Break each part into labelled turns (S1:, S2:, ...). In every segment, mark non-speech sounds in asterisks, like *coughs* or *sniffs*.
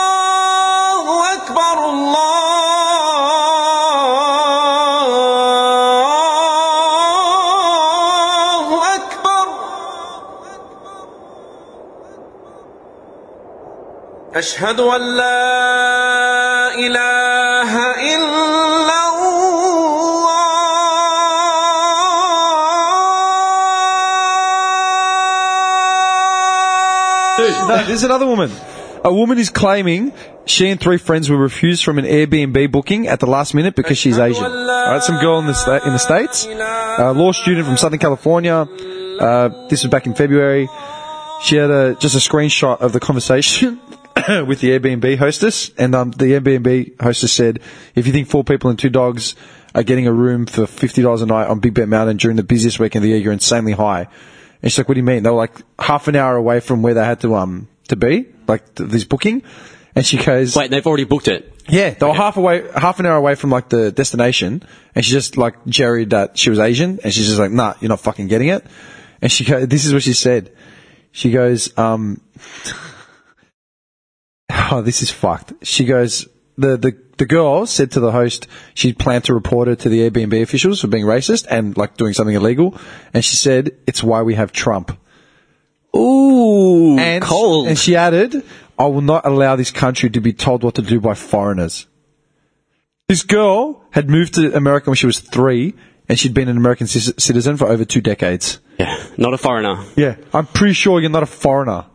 S1: الله أكبر الله أكبر أشهد أن لا إله إلا
S2: Dude,
S1: الله
S2: *laughs* no, there's another woman. A woman is claiming she and three friends were refused from an Airbnb booking at the last minute because she's Asian. All right, some girl in the sta- in the states, a law student from Southern California. Uh, this was back in February. She had a, just a screenshot of the conversation *coughs* with the Airbnb hostess, and um, the Airbnb hostess said, "If you think four people and two dogs are getting a room for fifty dollars a night on Big Bear Mountain during the busiest week of the year, you're insanely high." And she's like, "What do you mean?" They were like half an hour away from where they had to um to be, like th- this booking. And she goes,
S3: Wait, they've already booked it.
S2: "Yeah, they were half away, half an hour away from like the destination." And she just like jerried that she was Asian, and she's just like, "Nah, you're not fucking getting it." And she goes, "This is what she said." She goes, um, *laughs* oh, this is fucked. She goes, the, the, the girl said to the host she planned to report her to the Airbnb officials for being racist and like doing something illegal. And she said, it's why we have Trump. Uh,
S3: Ooh,
S2: And,
S3: cold.
S2: and she added, I will not allow this country to be told what to do by foreigners. This girl had moved to America when she was three and she'd been an American ci- citizen for over two decades.
S3: yeah, not a foreigner.
S2: Yeah, I'm pretty sure you're not a foreigner.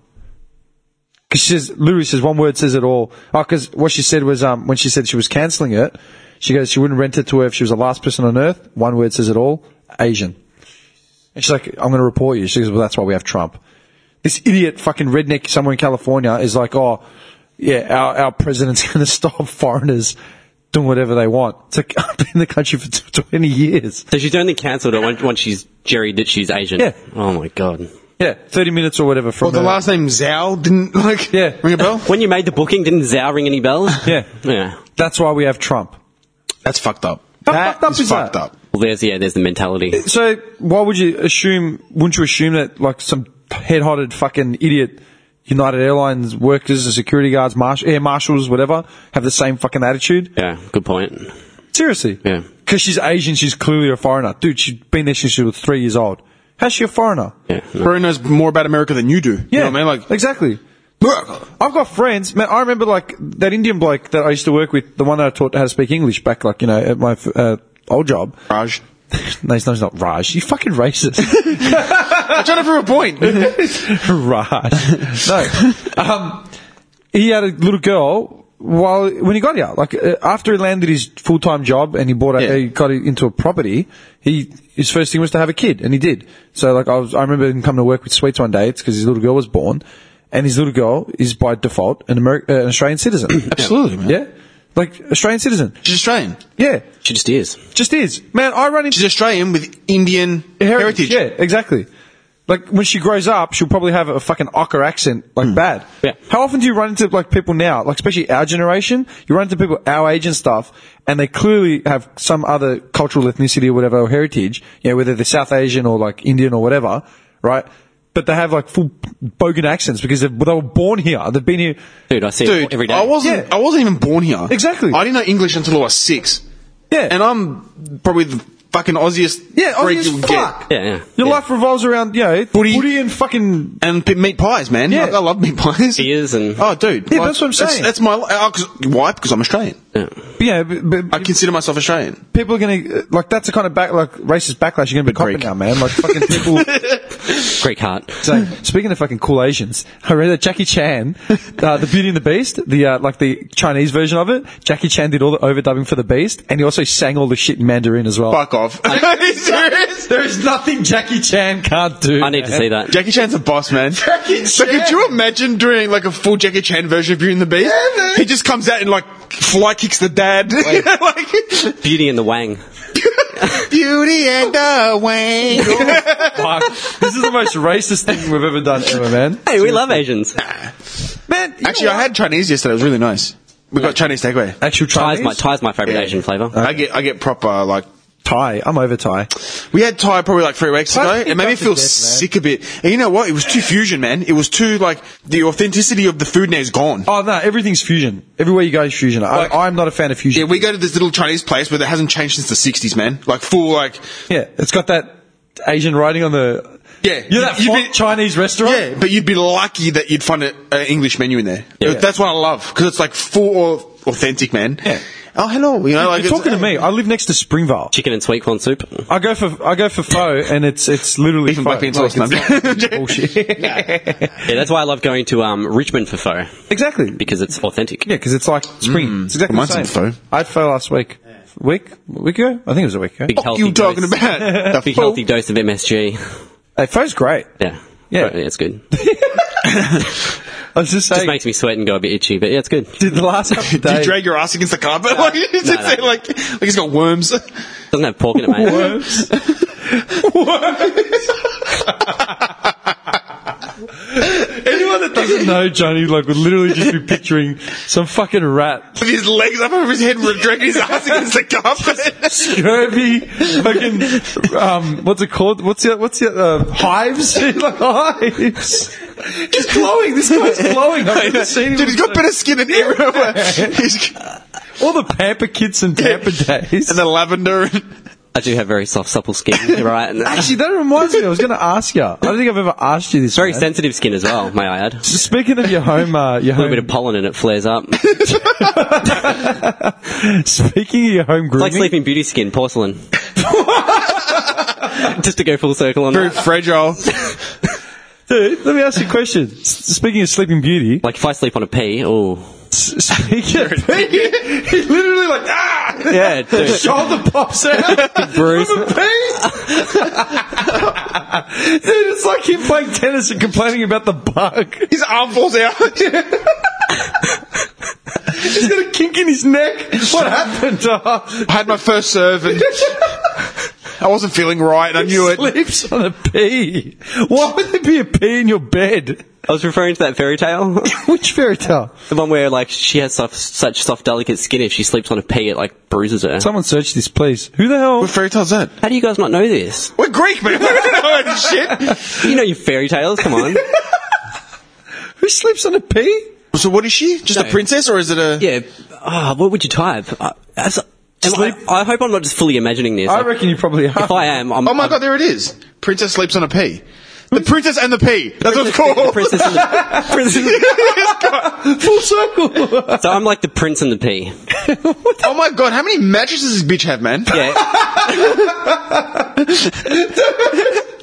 S2: Because she says, literally says one word says it all. Oh, because what she said was, um, when she said she was cancelling it, she goes, she wouldn't rent it to her if she was the last person on earth. One word says it all, Asian. And she's like, I'm going to report you. She goes, well, that's why we have Trump. This idiot fucking redneck somewhere in California is like, oh, yeah, our, our president's *laughs* going to stop foreigners doing whatever they want. It's like, *laughs* I've been in the country for 20 years.
S3: So she's only cancelled it once, once she's Jerry that she's Asian.
S2: Yeah.
S3: Oh my god.
S2: Yeah, 30 minutes or whatever from
S4: Well, the
S2: her-
S4: last name Zhao didn't like
S2: Yeah.
S4: ring a bell.
S3: When you made the booking, didn't Zhao ring any bells?
S2: Yeah.
S3: Yeah.
S2: That's why we have Trump.
S4: That's fucked up.
S2: How
S4: That
S2: fucked up
S4: is
S2: is
S4: fucked
S2: that?
S4: up.
S3: Well, there's yeah, there's the mentality.
S2: So why would you assume? Wouldn't you assume that like some head-hotted fucking idiot United Airlines workers, and security guards, marsh- air marshals, whatever, have the same fucking attitude?
S3: Yeah, good point.
S2: Seriously,
S3: Yeah.
S2: Because she's Asian, she's clearly a foreigner, dude. She's been there since she was three years old. How's she a foreigner?
S3: Yeah. no.
S4: Bro knows more about America than you do. You know what I mean? Like,
S2: exactly.
S4: look,
S2: I've got friends, man. I remember like that Indian bloke that I used to work with, the one that I taught how to speak English back, like you know, at my uh, old job. *laughs*
S4: Raj.
S2: no, his name's not Raj. You fucking racist.
S4: I'm trying to prove a point.
S2: *laughs* Right. no. Um, he had a little girl while when he got here. Like uh, after he landed his full time job and he bought a,
S4: Yeah.
S2: he got into a property. He his first thing was to have a kid, and he did. So like I was, I remember him coming to work with Sweets one day. It's because his little girl was born, and his little girl is by default an Ameri- uh, an Australian citizen.
S4: *coughs* Absolutely, man.
S2: yeah, like Australian citizen.
S4: She's Australian.
S2: Yeah,
S3: She just is.
S2: just is. Man, I run into
S4: She's Australian with Indian heritage.
S2: yeah, exactly. Like when she grows up, she'll probably have a fucking ochre accent, like bad.
S3: Yeah.
S2: How often do you run into like people now, like especially our generation? You run into people our age and stuff, and they clearly have some other cultural ethnicity or whatever or heritage. You know, whether they're South Asian or like Indian or whatever, right? But they have like full bogan accents because they they were born here. They've been here.
S3: Dude, I see
S4: Dude,
S3: it every day.
S4: I wasn't.
S2: Yeah.
S4: I wasn't even born here.
S2: Exactly.
S4: I didn't know English until I was six.
S2: Yeah.
S4: And I'm probably the fucking Aussiest.
S2: yeah,
S4: freak
S2: obvious
S4: you'll
S2: fuck.
S3: Yeah, yeah.
S2: Your
S3: Yeah.
S2: life revolves around you know
S4: Footy.
S2: booty and fucking
S4: And p- meat pies, man.
S2: Yeah.
S4: Like, I love meat pies.
S3: Beers and-
S4: oh, dude.
S2: Yeah, that's what I'm saying.
S4: That's, that's my. Uh, 'cause- why? Because I'm Australian.
S3: Yeah.
S2: yeah. But, but,
S4: I consider myself Australian.
S2: people are going to like that's the kind of back like racist backlash you're going to be copping
S4: Greek.
S2: now, man. Like fucking *laughs* people.
S3: Greek heart.
S2: so, speaking of fucking cool Asians, *laughs* I read that Jackie Chan, uh, the Beauty and the Beast, the uh, like the Chinese version of it. Jackie Chan did all the overdubbing for the Beast, and he also sang all the shit in Mandarin as well. *laughs*
S4: Fuck off. Are you serious?
S2: There is nothing Jackie Chan can't do.
S3: I need to
S2: man.
S3: see that.
S4: Jackie Chan's a boss, man.
S2: *laughs*
S4: Jackie Chan. So could you imagine doing like a full Jackie Chan version of Beauty and the Beast? he just comes out and like fly kicks the dad. *laughs* like
S3: Beauty and the Wang.
S4: Beauty and the Wang.
S2: Fuck. This is the most racist thing we've ever done ever, man.
S3: Hey, we love Asians.
S2: Man,
S4: *laughs*
S2: you
S4: Actually,
S2: know
S4: I
S2: what?
S4: had Chinese yesterday. It was really nice. We got Chinese takeaway.
S2: actual
S3: Thai's
S2: Chinese.
S3: my Thai's my favorite
S5: Uh.
S4: Yeah.
S3: Asian flavour.
S4: I get I get proper like
S2: Thai. I'm over Thai.
S5: We had Ty probably like three weeks
S2: Ty
S5: ago.
S2: picked
S5: It made me
S2: up the
S5: feel
S2: death, man.
S5: sick a bit. And you know what? It was too fusion, man. It was too like the authenticity of the food now is gone.
S2: Oh no, everything's fusion. Everywhere you go is fusion. I,
S5: Like-
S2: I'm not a fan of fusion.
S5: Yeah, we go to this little Chinese place where that hasn't changed since the '60s, man. Like full, like
S2: Yeah, it's got that Asian writing on the.
S5: Yeah,
S2: you know that
S5: you- you
S2: font
S5: be-
S2: Chinese restaurant.
S5: yeah. But you'd be lucky that you'd find an English menu in there. That's what I love because it's like full au- authentic, man.
S2: Yeah.
S5: Oh, hello. You know, like
S2: You're
S5: it's-
S2: talking to
S5: *laughs*
S2: me. I live next to Springvale.
S3: Chicken and sweet corn soup.
S2: I go for I go for pho, and it's it's literally
S5: Beef and
S2: pho.
S5: black bean
S2: Like,
S5: sauce, *laughs*
S2: it's
S5: no.
S2: not bullshit.
S3: Yeah, that's why I love going to um, Richmond for pho
S2: Exactly.
S3: because it's authentic.
S2: Yeah, because it's like spring. it's exactly
S5: Mm. Reminds me
S2: the
S5: of
S2: same.
S5: pho.
S2: I had pho last week. Week? Week ago? I think it was a week ago.
S3: Big
S5: What you talking
S3: dose.
S5: about? The
S3: Big
S5: pho.
S3: healthy dose of MSG.
S2: Hey, pho's great.
S3: Yeah.
S2: Yeah.
S3: Right, yeah, it's good.
S2: I was just
S3: Just
S2: saying,
S3: makes me sweat and go a bit itchy, but yeah, it's good.
S2: did the
S5: *laughs*
S2: last couple of
S5: Did you
S2: days-
S5: drag your ass against the carpet? *laughs* like, it's
S3: no, no.
S5: like, like it's got worms. *laughs*
S3: Doesn't have pork in it, mate.
S2: Worms. *laughs* Anyone that doesn't know Johnny, like, would literally just be picturing some fucking rat, *laughs*
S5: With his legs up over his head, *laughs* and dragging his ass against the carpet.
S2: scurvy, fucking, um, what's it called? What's the what's the uh, hives? *laughs* like hives. He's glowing. This guy's glowing. I've
S5: *laughs*
S2: never seen him.
S5: Dude, he's got better skin than everywhere. *laughs* He's-
S2: all the pamper kits and pamper days.
S5: and the lavender. and- *laughs*
S3: I do have very soft, supple skin. You're right. And
S2: Actually, that reminds me. I was going to ask you. I don't think I've ever asked you this.
S3: very
S2: man.
S3: sensitive skin as well, may I add. A
S2: So Speaking of your home, uh, your
S3: little bit
S2: home,
S3: of pollen and it flares up. It's
S2: *laughs* speaking of your home grooming,
S3: like Sleeping Beauty skin, porcelain. Just to go full circle on
S5: Very
S3: that.
S5: fragile.
S2: dude, let me ask you a question. S- Speaking of Sleeping Beauty,
S3: Like if I sleep on a pea, oh.
S2: s- speaking of *laughs* he's literally like ah,
S3: *laughs* Yeah, dude.
S2: shoulder pops out,
S3: Bruce.
S2: from a *laughs* piece. dude, it's like him playing tennis and complaining about the bug. *laughs*
S5: His arm falls out. *laughs*
S2: He's got a kink in his neck. What happened?
S5: I had my first serve *laughs* and I wasn't feeling right and I knew it.
S2: Sleeps on a pea. Why would there be a pea in your bed? *laughs*
S3: I was referring to that fairy tale.
S2: Which fairy tale?
S3: The one where like she has soft, such soft, delicate skin. If she sleeps on a pea, it like bruises her.
S2: Someone search this, please. Who the hell?
S5: What fairy tale's that?
S3: How do you guys not know this?
S5: We're Greek, man. *laughs* We don't know any shit.
S3: You know your fairy tales. Come on.
S2: Who sleeps on a pea?
S5: So what is she? Just a
S3: No.
S5: princess or is it a...
S3: yeah. Ah, what would you type? Uh, that's- am I,
S2: Sleep-
S3: I hope I'm not just fully imagining this.
S2: I reckon you probably are.
S3: if I am, I'm.
S5: Oh my
S3: I'm-
S5: god, there it is. Princess sleeps on a pea. The princess and the *laughs* pea. That's what it's called.
S3: *laughs* Princess and the, princess-
S2: Full circle.
S3: so I'm like the prince and the pea.
S5: Oh my god, how many mattresses does this bitch have, *laughs* man?
S3: Yeah.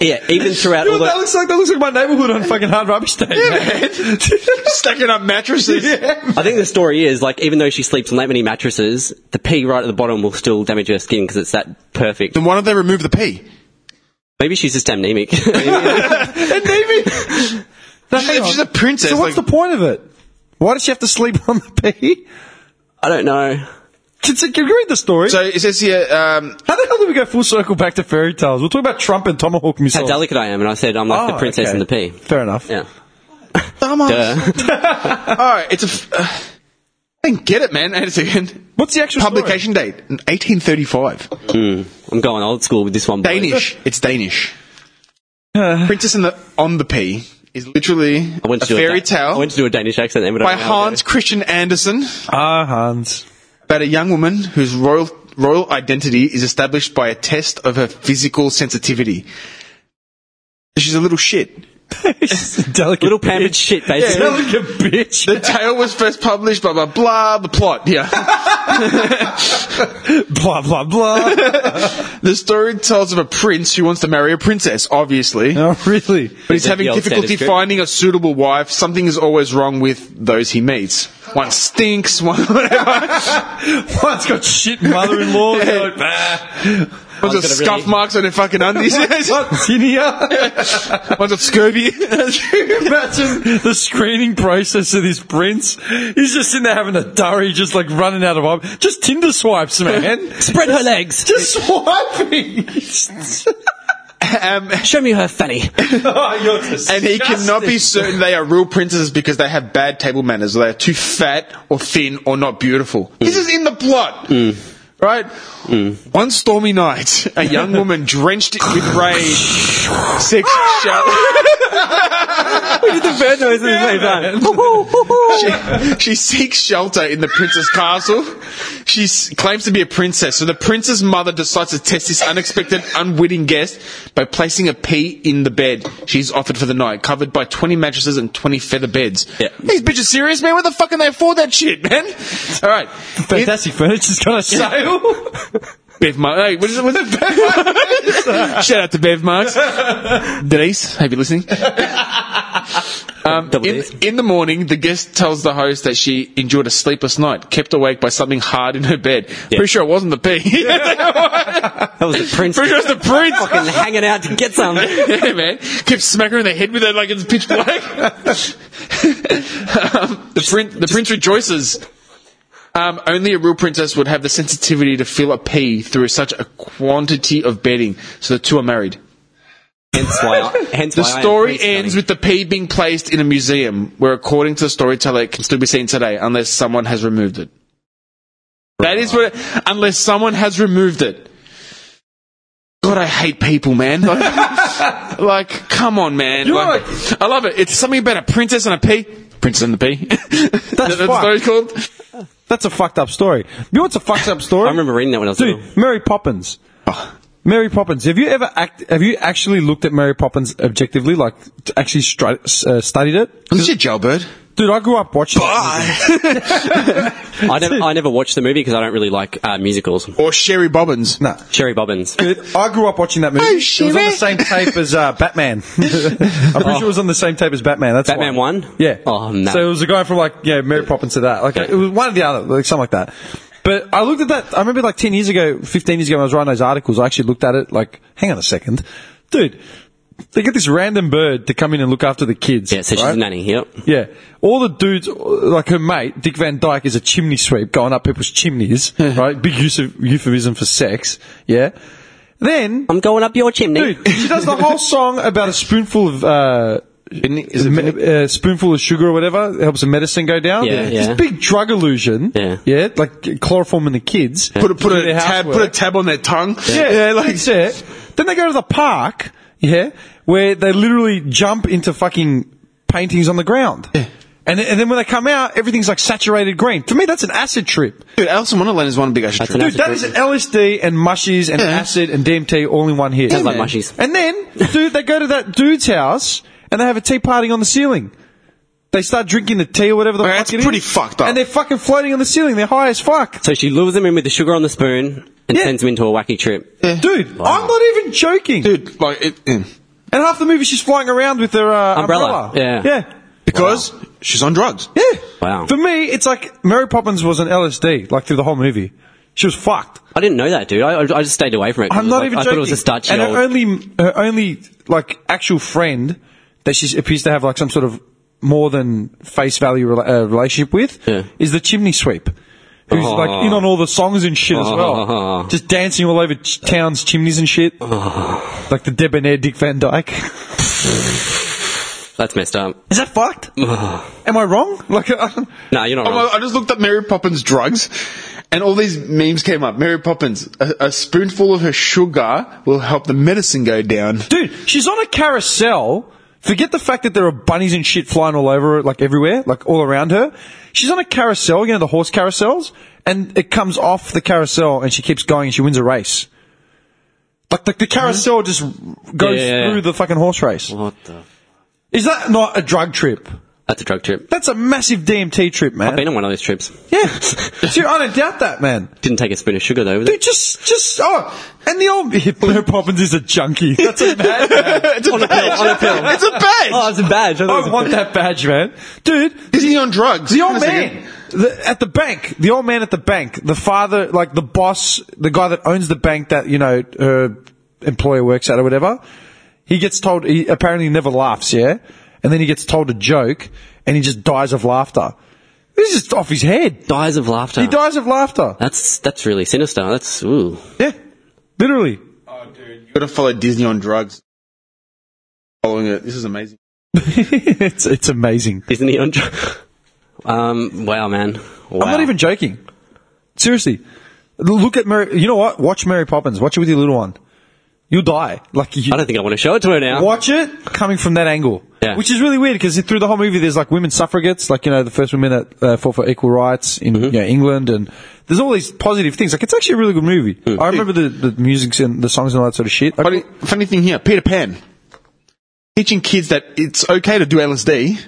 S3: yeah. Even throughout all
S2: that
S3: the
S2: looks like that looks like my neighbourhood on fucking hard rubbish day. man. *laughs*
S5: Stacking up mattresses.
S3: I think the story is like, even though she sleeps on that many mattresses, the pea right at the bottom will still damage her skin because it's that perfect.
S5: Then why don't they remove the pea?
S3: Maybe she's just amnemic. *laughs*
S2: and *laughs* maybe. No, hang
S5: If
S2: on.
S5: she's a princess,
S2: So what's
S5: like-
S2: the point of it? Why does she have to sleep on the *laughs* pea?
S3: I don't know.
S2: Can, can you read the story?
S5: So it says here, um,
S2: How the hell do we go full circle back to fairy tales? We'll talk about Trump and Tomahawk
S3: How
S5: Oh.
S2: missiles.
S3: delicate I am, and I said I'm like
S2: Oh,
S3: the princess
S2: okay.
S3: and the pea.
S2: Fair enough.
S3: Yeah. Uh,
S5: *laughs* Dumbass.
S3: Duh.
S5: Alright, it's a. f- Uh, I didn't get it, man. Hang on a second.
S2: What's the actual Story?
S5: Publication date, 1835.
S3: I'm going old school with this one. boys.
S5: Danish. *laughs* It's Danish. Princess and the, on the P is literally
S3: I went
S5: a
S3: to do
S5: fairy
S3: a da- I
S5: tale
S3: went to do a Danish accent then, but I
S5: by
S3: don't know how
S5: Hans Christian Andersen
S2: Ah, *laughs* Hans.
S5: about a young woman whose royal royal identity is established by a test of her physical sensitivity. She's a little shit.
S2: delicate.
S3: to go. Little pampered shit, basically.
S2: *laughs* Delicate *laughs* bitch.
S5: The tale was first published, blah, blah, blah, the plot. Yeah.
S2: blah blah *laughs* blah.
S5: the story tells of a prince who wants to marry a princess, obviously.
S2: no, really.
S5: But he's
S3: Is that
S5: having
S3: the old
S5: difficulty
S3: standard script?
S5: finding a suitable wife. Something is always wrong with those he meets. One stinks, *laughs* one whatever.
S2: *laughs* One's got shit mother-in-law. *laughs* like, bah.
S5: One's got
S3: gonna
S5: scuff
S3: really-
S5: marks on their fucking *laughs* undies.
S2: What's in here?
S5: One's got *laughs* scurvy.
S2: Imagine *laughs* the screening process of this prince. He's just in there having a durry, just like running out of op- just Tinder swipes, *laughs* man.
S3: Spread her legs.
S2: Just *laughs* swiping.
S5: um,
S3: Show me her fanny.
S2: *laughs* oh, you're
S5: and he cannot be certain they are real princesses because they have Mm. bad table manners. They are too fat or thin or not beautiful. This is in the plot. Right? On stormy night, a young woman drenched with rain, *laughs* six shall-
S3: the bird noises they've done. *laughs*
S5: she, *laughs* she seeks shelter in the prince's castle. She s- claims to be a princess, so the prince's mother decides to test this unexpected, unwitting guest by placing a pea in the bed she's offered for the night, covered by 20 mattresses and 20 feather beds.
S3: Yeah.
S5: These bitches serious, man? Where the fuck can they afford that shit, man? All right. In- *laughs*
S2: Fantastic furniture's got a sale.
S5: Bev Mark. Hey, what is it? Was it Bev Marks? *laughs* Shout out to Bev Marks. Denise, hope you're listening. Um,
S3: Double
S5: in,
S3: D's.
S5: in the morning, the guest tells the host that she endured a sleepless night, kept awake by something hard in her bed. Pretty sure it wasn't the pee. *laughs*
S3: That was the prince.
S5: Pretty sure it was the prince.
S3: fucking hanging out to get some.
S5: yeah, man. Kept smacking her in the head with it like it's pitch black. *laughs* um, the, prin- the prince rejoices. Um, only a real princess would have the sensitivity to feel a pea through such a quantity of bedding. So the two are married.
S3: Hence why. Hence
S5: The
S3: why I am
S5: story
S3: priest hunting.
S5: ends with the pea being placed in a museum, where according to the storyteller, it can still be seen today, unless someone has removed it. That is what. Unless someone has removed it. God, I hate people, man. *laughs* Like, like, come on, man. Like, I love it. It's something about a princess and a pea. Princess and the pea. *laughs* That's, That's
S2: fucked.
S5: what it's called.
S2: *laughs* That's a fucked up story. You know what's a fucked up story?
S3: I remember reading that when I was
S2: Dude,
S3: little. Oh.
S2: Mary Poppins. Mary Poppins. Have you ever act, Have you actually looked at Mary Poppins objectively, like t- actually stri- s- uh, studied it?
S5: Who's your jailbird?
S2: Dude, I grew up watching.
S3: I never, I never watched the movie because I don't really like uh, musicals.
S5: Or Sherry Bobbins.
S2: Nah.
S3: Cherry Bobbins.
S2: Dude, I grew up watching that movie.
S5: Oh,
S2: it was on the
S5: Shira.
S2: same tape as uh, Batman. I'm pretty sure it was on the same tape as Batman. That's
S3: Batman
S2: why.
S3: one?
S2: Yeah.
S3: Oh, no.
S2: So it was a guy from like yeah Mary Poppins to that. Like it was one or the other, like something like that. But I looked at that. I remember like ten years ago, fifteen years ago, when I was writing those articles. I actually looked at it. Like, hang on a second, dude. They get this random bird to come in and look after the kids.
S3: Yeah, so she's
S2: right?
S3: a nanny. Yep.
S2: Yeah. All the dudes, like her mate, Dick Van Dyke, is a chimney sweep going up people's
S5: *laughs*
S2: chimneys, right? Big use of euphemism for sex. Yeah. Then,
S3: I'm going up your chimney.
S2: dude, she does the whole song about a spoonful of, uh,
S5: Is
S2: me- uh, spoonful of sugar or whatever helps the medicine go down.
S3: Yeah,
S2: This
S3: yeah.
S2: big drug illusion.
S3: Yeah.
S2: Yeah. Like chloroform in the kids.
S5: Put a, put
S2: Do
S5: a
S2: their
S5: tab,
S2: housework.
S5: put a tab on their tongue.
S2: Yeah, yeah, like that's it. Then they go to the park, yeah, where they literally jump into fucking paintings on the ground. Yeah. And, then- and then when they come out, everything's like saturated green. To me, that's an acid trip.
S5: Dude, Alice in Wonderland is one big ass
S3: an
S5: trip.
S2: Dude, that is an LSD and mushies and
S5: Yeah.
S2: acid and DMT all in one hit.
S3: Sounds like mushies.
S2: And then, dude, they go to that dude's house and they have a tea party on the ceiling. They start drinking the tea or whatever the
S5: Man,
S2: fuck
S5: that's
S2: it is.
S5: pretty fucked up.
S2: And they're fucking floating on the ceiling. They're high as fuck.
S3: So she lures him in with the sugar on the spoon and
S2: Yeah.
S3: sends him into a wacky trip.
S2: Dude, I'm not even joking.
S5: Dude, like, it, yeah.
S2: And half the movie, she's flying around with her uh, umbrella.
S3: Umbrella. Yeah.
S2: yeah,
S5: because she's on drugs.
S2: yeah.
S3: Wow.
S2: For me, it's like Mary Poppins was an LSD, like through the whole movie. She was fucked.
S3: I didn't know that, dude. I, I just stayed away from it. 'cause
S2: I'm
S3: it was
S2: not
S3: like-
S2: even
S3: I
S2: joking.
S3: thought it was a starchy
S2: and her
S3: old-
S2: only, her only like actual friend that she appears to have like some sort of more than face value rela- uh, relationship with
S3: Yeah.
S2: is the chimney sweep. Who's
S3: Oh.
S2: like in on all the songs and shit as well,
S3: Oh.
S2: just dancing all over ch- towns, chimneys and shit, like the debonair Dick Van Dyke.
S3: That's messed up.
S2: Is that fucked?
S3: Oh.
S2: Am I wrong? Like, *laughs*
S3: No, you're not
S5: Oh,
S3: wrong.
S5: I I just looked up Mary Poppins drugs, and all these memes came up. Mary Poppins, a, a spoonful of her sugar will help the medicine go down. *laughs*
S2: Dude, she's on a carousel. Forget the fact that there are bunnies and shit flying all over, her, like everywhere, like all around her. She's on a carousel, you know, the horse carousels, and it comes off the carousel and she keeps going and she wins a race. Like, like the carousel just goes
S3: Mm-hmm. Yeah.
S2: through the fucking horse race.
S3: What the?
S2: Is that not a drug trip?
S3: That's a drug trip.
S2: That's a massive DMT trip, man.
S3: I've been on one of those trips.
S2: *laughs* yeah. Dude, I don't doubt that, man.
S3: Didn't take a spoon of sugar though. with it.
S2: Dude, just, just, oh, and the old, *laughs* Blair Poppins is a junkie. That's a bad man.
S3: *laughs*
S5: It's a badge.
S3: on a pill.
S5: It's a badge.
S3: Oh, it's a badge. I thought it was
S2: I
S3: a
S2: want
S3: pill.
S2: that badge, man. Dude,
S5: Is he on drugs?
S2: The old
S5: Hang on a second.
S2: man the, at the bank, the old man at the bank, the father, like the boss, the guy that owns the bank that you know her employer works at or whatever. He gets told he apparently never laughs, yeah, and then he gets told a joke and he just dies of laughter. This is off his head.
S3: Dies of laughter.
S2: He dies of
S5: *laughs*
S2: laughter.
S3: That's that's really sinister. That's ooh.
S2: Yeah, literally. *laughs*
S5: Oh, You gotta follow Disney on drugs. Following it. This is amazing.
S2: it's it's amazing.
S3: Isn't he on? dr- Um. Wow, man. Wow.
S2: I'm not even joking. Seriously, Look at Mary. You know what? Watch Mary Poppins. Watch it with your little one. You'll die. Like you,
S3: I don't think I want to show it to her now.
S2: watch it coming from that angle.
S3: Um, Yeah.
S2: Which is really weird because through the whole movie, there's like women suffragettes, like, you know, the first women that uh, fought for equal rights in
S3: Mm-hmm.
S2: you know, England, and there's all these positive things. Like, it's actually a really good movie.
S3: Mm.
S2: I remember the, the music and the songs and all that sort of shit. I-
S4: Funny, funny thing here, Peter Pan teaching kids that it's okay to do
S3: *laughs*
S4: LSD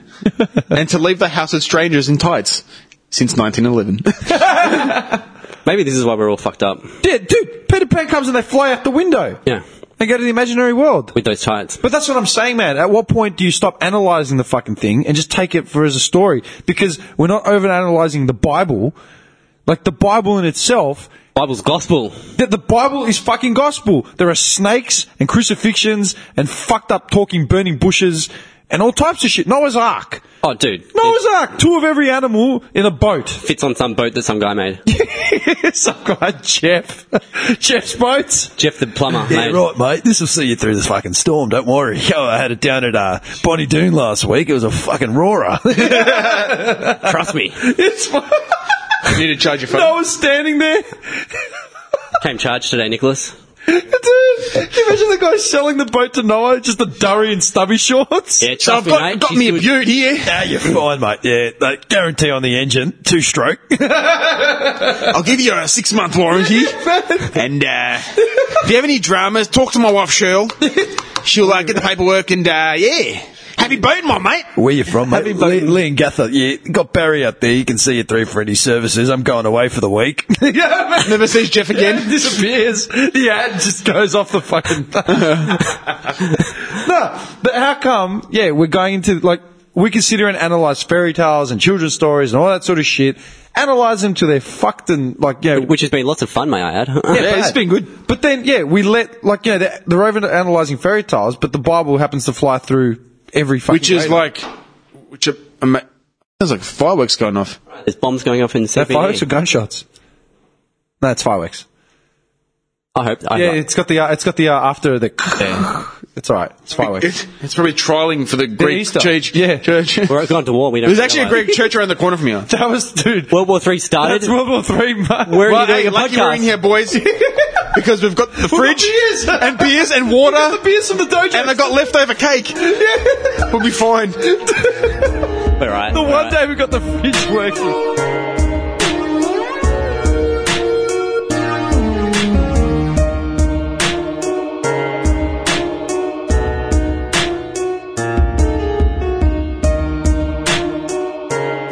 S4: and to leave the house with strangers in tights since
S5: *laughs*
S4: 1911.
S3: Maybe this is why we're all fucked up.
S2: Yeah, dude, Peter Pan comes and they fly out the window.
S3: Yeah.
S2: They go to the imaginary world.
S3: With those tights.
S2: But that's what I'm saying, man. At what point do you stop analyzing the fucking thing and just take it for as a story? Because we're not over analyzing the Bible. Like the Bible in itself,
S3: Bible's gospel.
S2: that the Bible is fucking gospel. There are snakes and crucifixions and fucked up talking burning bushes and all types of shit. Noah's Ark.
S3: Oh, dude.
S2: Noah's Ark. Two of every animal in a boat. *laughs*
S3: It fits on some boat that some guy made.
S2: Some guy, Jeff. *laughs* Jeff's boats.
S3: Jeff the plumber
S2: Yeah,
S3: made.
S2: right, mate. This will see you through this fucking storm. Don't worry. *laughs* Yo, I had it down at uh, Bonnie Doon last week. It was a fucking roarer. *laughs*
S3: Trust me.
S2: it's *laughs* fu-
S4: you need to charge your phone.
S2: I was standing there.
S3: Came charged today, Nicholas.
S2: Dude, can you imagine the guy selling the boat to Noah? Just the durry and stubby shorts?
S3: Yeah,
S4: So I've
S3: trust me,
S4: got,
S3: mate.
S4: got
S3: She's
S4: me a
S3: doing-
S4: beaut here.
S2: Ah, you're fine, mate. Yeah, like, guarantee on the engine, two stroke.
S4: I'll give you a six month *laughs* warranty. and uh, if you have any dramas, talk to my wife Cheryl. She'll uh, get the paperwork and uh, yeah. Happy boating, my mate.
S2: *laughs* Where you from, mate? Lee, Lee and Gatha. Yeah, got Barry out there. You can see you through for any services. I'm going away for the week. *laughs*
S4: Never sees Jeff again.
S2: disappears. The ad just goes off the fucking. *laughs* no, but how come? Yeah, we're going into like we consider and analyze fairy tales and children's stories and all that sort of shit. Analyze them till they're fucked and like yeah.
S3: Which has been lots of fun, may I add.
S2: bad.
S4: it's been good.
S2: But then yeah, we let like you know they're, they're over analyzing fairy tales, but the Bible happens to fly through every fucking.
S4: Which is
S2: radar.
S4: like, which are, ama- sounds like fireworks going off.
S3: *laughs* There's bombs going off in the
S2: Is that fireworks or
S3: CBD.
S2: gunshots. No, it's fireworks.
S3: I hope. I
S2: Yeah,
S3: hope.
S2: it's got the uh, it's got the uh, after the. *laughs* It's all right. It's fireworks.
S4: It's, it's probably trialing for the Greek
S2: Easter.
S4: church.
S2: Yeah.
S4: *laughs* church. There's
S3: We're going to war. We don't.
S4: actually a
S3: realise.
S4: Greek church around the corner from here.
S2: *laughs* That was dude.
S3: World War Three started.
S2: That's World War Three. Mate.
S3: Where are
S4: Well,
S3: you doing
S4: hey,
S3: your
S4: lucky we're in
S3: podcast?
S4: here, *laughs* boys, because we've got the
S2: got
S4: fridge
S2: beers.
S4: and beers and water,
S2: the beers from the dojo?
S4: and I got leftover cake. We'll be fine.
S3: All right.
S2: the
S3: all
S2: one
S3: right.
S2: day we got the fridge working.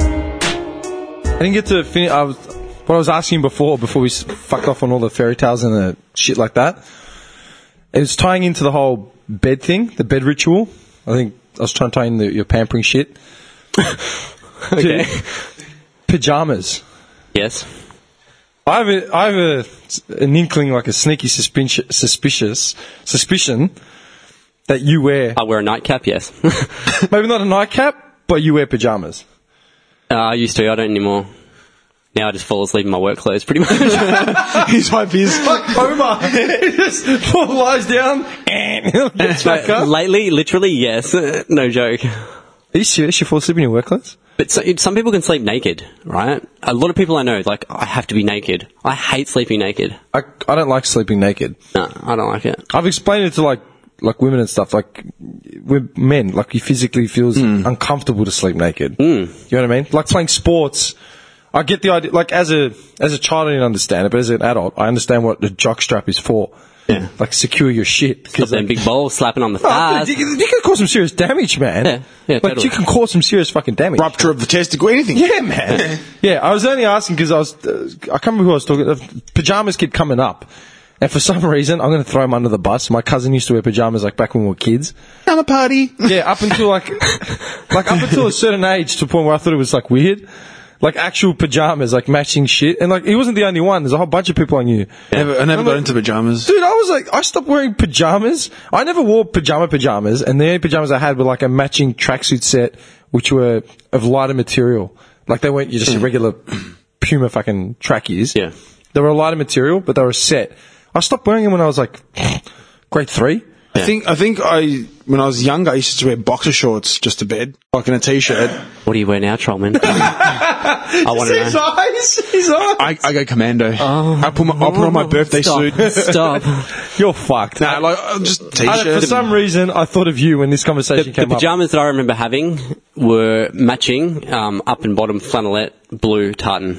S2: I didn't get to finish. I was, what I was asking before, before we s- fucked off on all the fairy tales and the shit like that. It was tying into the whole bed thing, the bed ritual. I think I was trying to tie in the, your pampering shit.
S3: Okay.
S2: pajamas.
S3: Yes.
S2: I have a, I have a, an inkling, like a sneaky suspicious, suspicious suspicion that you wear
S3: I wear a nightcap. Yes.
S2: *laughs* maybe not a nightcap, but you wear pajamas.
S3: uh, I used to. I don't anymore. Now I just fall asleep in my work clothes, pretty much.
S2: *laughs*
S4: He's hype as fuck.
S2: Homer He just lies down *laughs* and gets back
S3: But
S2: up.
S3: lately, literally, yes. *laughs* no joke.
S2: Are you serious? You fall asleep in your work clothes?
S3: But so, it- some people can sleep naked, right? A lot of people I know, like, I have to be naked. I hate sleeping naked.
S2: I, I don't like sleeping naked.
S3: No, I
S2: *laughs*
S3: don't like it.
S2: I've explained it to like like women and stuff. Like we're men, like you physically feels
S3: Hmm.
S2: uncomfortable to sleep naked. Mm. You know what I mean? Like playing sports. I get the idea. Like as a as a child, I didn't understand it, but as an adult, I understand what the jock strap is for. Yeah. Like secure your shit.
S3: Stop them big balls slapping on the
S2: *laughs* Oh,
S3: thighs.
S2: dude, you, can, you can cause some serious damage, man.
S3: Yeah, yeah,
S2: like
S3: totally.
S2: you can cause some serious fucking damage.
S4: Rupture of the testicle, anything.
S2: Yeah, man. *laughs* yeah, I was only asking because I was, uh, I can't remember who I was talking. uh, Pajamas keep coming up, and for some reason, I'm going to throw him under the bus. My cousin used to wear pajamas like back when we were kids.
S4: I'm a party.
S2: Yeah, up until like, *laughs* like up until a certain age to a point where I thought it was like weird. Like actual pajamas, like matching shit, and like he wasn't the only one. There's a whole bunch of people I knew.
S4: Never, I never
S2: I'm like-
S4: got into pajamas.
S2: Dude, I was like, I stopped wearing pajamas. I never wore pajama pajamas, and the only pajamas I had were like a matching tracksuit set, which were of lighter material. Like they weren't just your regular *clears throat* Puma fucking trackies.
S3: Yeah.
S2: They were a lighter material, but they were a set. I stopped wearing them when I was like *sighs* grade three.
S5: I think I think I when I was younger I used to wear boxer shorts just to bed, like in a t-shirt.
S3: What do you wear
S2: *laughs*
S3: now, Trollman? I want to know.
S2: eyes, his eyes.
S5: I, I go commando. I put my I put on my birthday
S3: Oh, Stop.
S5: suit.
S3: *laughs* Stop.
S5: *laughs*
S2: You're fucked.
S5: Nah, like uh, just
S2: I- for
S5: t-shirt.
S2: some reason, I thought of you when this conversation
S3: The
S2: came up.
S3: pajamas that I remember having were matching um, up and bottom flannelette blue tartan.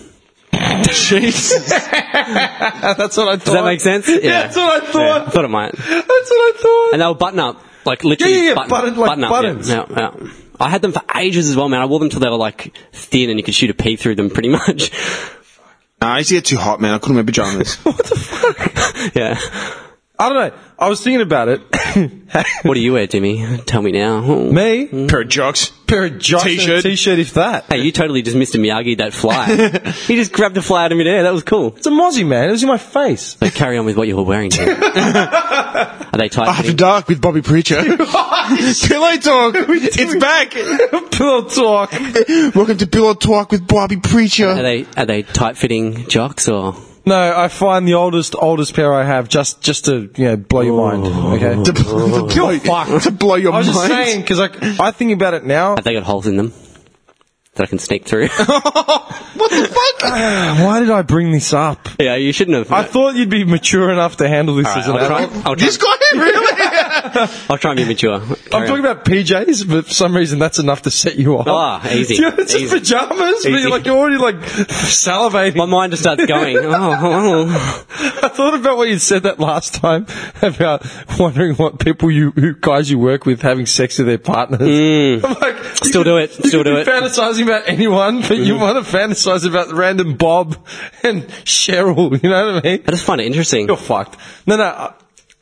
S2: That's what I thought.
S3: *laughs* Does that
S2: *laughs*
S3: make sense? Yeah.
S2: That's what I
S3: Yeah,
S2: thought.
S3: I thought it might.
S2: That's what I thought.
S3: And they were button up, like literally
S2: Yeah, yeah, yeah,
S3: button,
S2: button- like
S3: button up.
S2: buttons.
S3: Yeah, yeah, yeah. I had them for ages as well, man. I wore them till they were like thin and you could shoot a pea through them pretty much. *laughs*
S5: Nah, I used to get too hot, man. I couldn't wear pajamas.
S3: yeah.
S2: I don't know. I was thinking about it. *coughs*
S3: What do you wear, Jimmy? Tell me now. Oh.
S2: Me,
S5: Pair of jocks.
S2: pair of jocks and a
S5: T-shirt.
S2: t-shirt, if that.
S3: Hey, you totally just missed a Miyagi
S2: *laughs*
S3: that fly. he just grabbed a fly out of midair. That was cool.
S2: It's a mozzie, man. It was in my face.
S3: So carry on with what you were
S2: *laughs*
S3: wearing. Jimmy. Are they tight?
S5: After
S3: fitting?
S5: dark with Bobby *laughs* Preacher. Pillow talk.
S2: *laughs*
S5: It's back.
S2: Pillow talk.
S5: Welcome to Pillow Talk with Bobby
S3: Are *laughs*
S5: Preacher.
S3: they are they tight fitting jocks or?
S2: No, I find the oldest, oldest pair I have just, just to, you know, blow your mind. Okay.
S3: *laughs*
S5: To, to blow, to blow your
S2: I was
S5: mind.
S2: just
S5: *laughs*
S2: saying, because I, I think about it now.
S3: Have they got holes in them that I can
S2: *laughs*
S3: sneak through? *laughs*
S2: Why did I bring this up?
S3: yeah, you shouldn't have.
S2: I thought you'd be mature enough to handle this as an
S3: I'll,
S2: adult.
S3: try, I'll, try,
S5: This guy *laughs* really?
S3: I'll try and be mature.
S2: I'm
S3: Carry
S2: talking
S3: on.
S2: about PJs, but for some reason that's enough to set you off.
S3: Ah,
S2: *laughs*
S3: easy,
S2: You know, it's just
S3: easy.
S2: pajamas, but
S3: Easy.
S2: you're like you're already like *laughs* salivating.
S3: My mind just
S2: *laughs*
S3: starts going. Oh, oh,
S2: I thought about what you said that last time about wondering what people you who guys you work with having sex with their partners. I'm like, you
S3: Mm. Still
S2: could-
S3: do it,
S2: You
S3: still
S2: could
S3: do
S2: be
S3: it. Mm.
S2: Fantasizing about anyone, but you want to fantasize about random Bob and Cheryl. You know what I mean?
S3: I just find it interesting.
S2: You're fucked. No, no. I,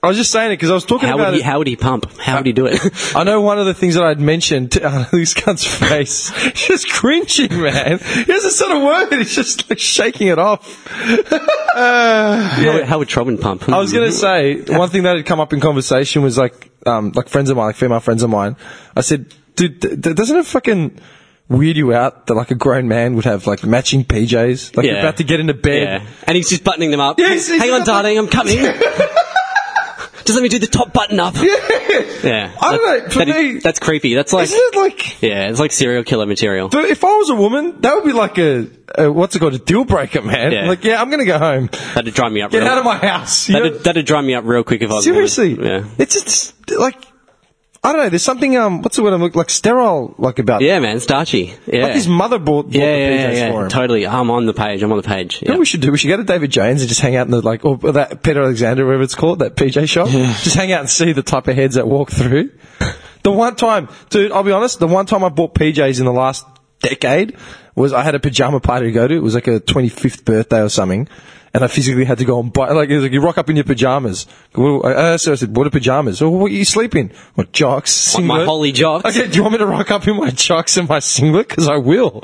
S2: I was just saying it because I was talking
S3: How
S2: about
S3: would he?
S2: it.
S3: How would he pump? How would he do it? *laughs*
S2: I know one of the things that I'd mentioned to uh, *laughs* this cunt's face. *laughs* She's cringing, man. He hasn't said a word. He's just like shaking it off. *laughs*
S3: how, would, how would Trobin pump?
S2: I was going to say one thing that had come up in conversation was like, um, like friends of mine, like female friends of mine. I said, dude, th- th- doesn't it fucking weird you out that like a grown man would have like matching PJs? Like you're
S3: Yeah.
S2: about to get into bed.
S3: Yeah, and he's just buttoning them up.
S2: Yes, he's
S3: Hang on,
S2: just like-
S3: darling,
S2: *laughs*
S3: I'm coming. just let me do the top button up. Yeah, yeah.
S2: I don't
S3: That-
S2: know, for
S3: that is-
S2: me-
S3: that's creepy. That's like,
S2: Isn't it like?
S3: yeah, it's like serial killer material.
S2: But if I was a woman, that would be like a, a what's it called, a deal breaker, man.
S3: Yeah.
S2: Like, yeah, I'm gonna go home.
S3: That'd dry me up.
S2: Get
S3: real,
S2: out of my house. You know?
S3: That'd, that'd dry me up real quick if I was a woman.
S2: Seriously,
S3: Yeah.
S2: It's just like I don't know. There's something um, what's the word? I'm look- like sterile, like about
S3: Yeah, man, starchy. Yeah.
S2: Like his mother bought, bought
S3: yeah,
S2: the
S3: yeah,
S2: PJs
S3: yeah, yeah.
S2: for him.
S3: Totally. I'm on the page. I'm on the page.
S2: You know
S3: Yeah.
S2: what we should do? We should go to David Jones and just hang out in the like, or that Peter Alexander, whatever it's called, that PJ shop. Just hang out and see the type of heads that walk through. the one time, dude, I'll be honest. The one time I bought PJs in the last decade was I had a pajama party to go to. It was like a 25th birthday or something. And I physically had to go and buy, like, it was like you rock up in your pajamas. Well, I- I- so I said, what are pajamas? Oh, what are you sleeping? What, jocks?
S3: Like
S2: Singlet?
S3: my holy jocks.
S2: Okay, do you want me to rock up in my chucks and my singlet? Because I will.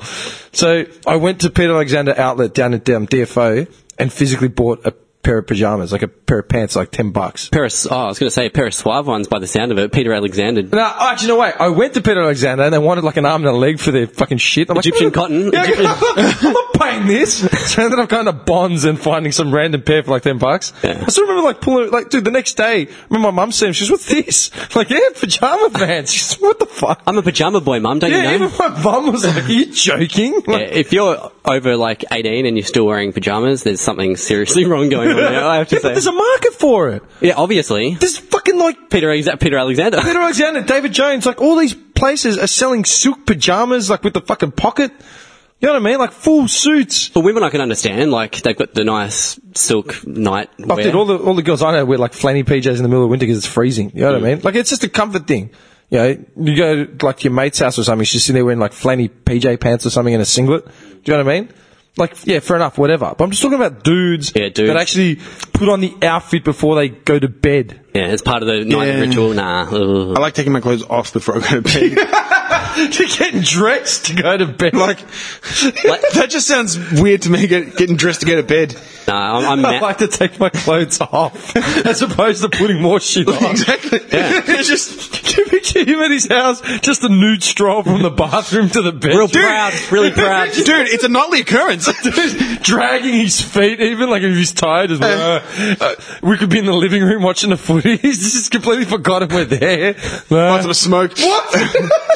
S2: So I went to Peter Alexander Outlet down at um, DFO and physically bought a pair of pajamas, like a pair of pants, like 10 bucks.
S3: Pair of, oh, I was going to say a pair of suave ones by the sound of it. Peter Alexander.
S2: No, actually, no way. I went to Peter Alexander and they wanted like an arm and a leg for their fucking shit. I'm
S3: Egyptian
S2: like, "Oh,
S3: cotton,
S2: Yeah,
S3: Egyptian-
S2: *laughs* I'm not paying this. *laughs* So I ended up going to Bonds and finding some random pair for like 10 bucks.
S3: Yeah.
S2: I still remember like pulling, like, dude, the next day, I remember my mum saying, she's, what's this? *laughs* Like, yeah, pajama pants. *laughs* She's, what the fuck?
S3: I'm a pajama boy, mum, don't
S2: yeah,
S3: you know?
S2: even my mum was like, are you joking?
S3: *laughs* Yeah,
S2: Like,
S3: if you're over like 18 and you're still wearing pajamas, there's something seriously *laughs* wrong going on there, I have to
S2: yeah, but
S3: say.
S2: there's a market for it.
S3: yeah, obviously.
S2: There's fucking like
S3: Peter, Exa- Peter Alexander. *laughs*
S2: Peter Alexander, David Jones, like all these places are selling silk pajamas, like with the fucking pocket. You know what I mean? Like full suits.
S3: For women, I can understand. Like, they've got the nice silk night
S2: Oh,
S3: wear.
S2: dude, all the all the girls I know wear like flanny PJs in the middle of winter because it's freezing. You know what I mean? Like it's just a comfort thing. You know, you go to, like your mate's house or something, she's sitting there wearing like flanny PJ pants or something and a singlet. Do you know what I mean? Like, yeah, fair enough, whatever. But I'm just talking about dudes,
S3: Yeah, dudes.
S2: that actually put on the outfit before they go to bed.
S3: yeah, it's part of the night
S5: Yeah.
S3: ritual. Nah. ugh.
S5: I like taking my clothes off before I go to bed.
S2: *laughs* You're getting dressed to go to bed.
S5: *laughs* Like, that just sounds weird to me. Get, getting dressed to go to bed.
S3: Nah,
S2: *laughs* *laughs*
S3: I'm, I'm
S2: I
S3: ma-
S2: like to take my clothes off *laughs* as opposed to putting more *laughs* shit on.
S5: *laughs* Exactly.
S2: It's just Jimmy Jim at his house, just a nude stroll from the bathroom to the bedroom.
S3: real proud,
S2: *laughs*
S3: really proud.
S5: Dude, it's a nightly *laughs* occurrence.
S2: Dude, dragging his feet, even like if he's tired as well. Uh, we could be in the living room watching the footy. *laughs* He's just completely forgotten we're there. Uh,
S5: Lots of smoke. *laughs* What?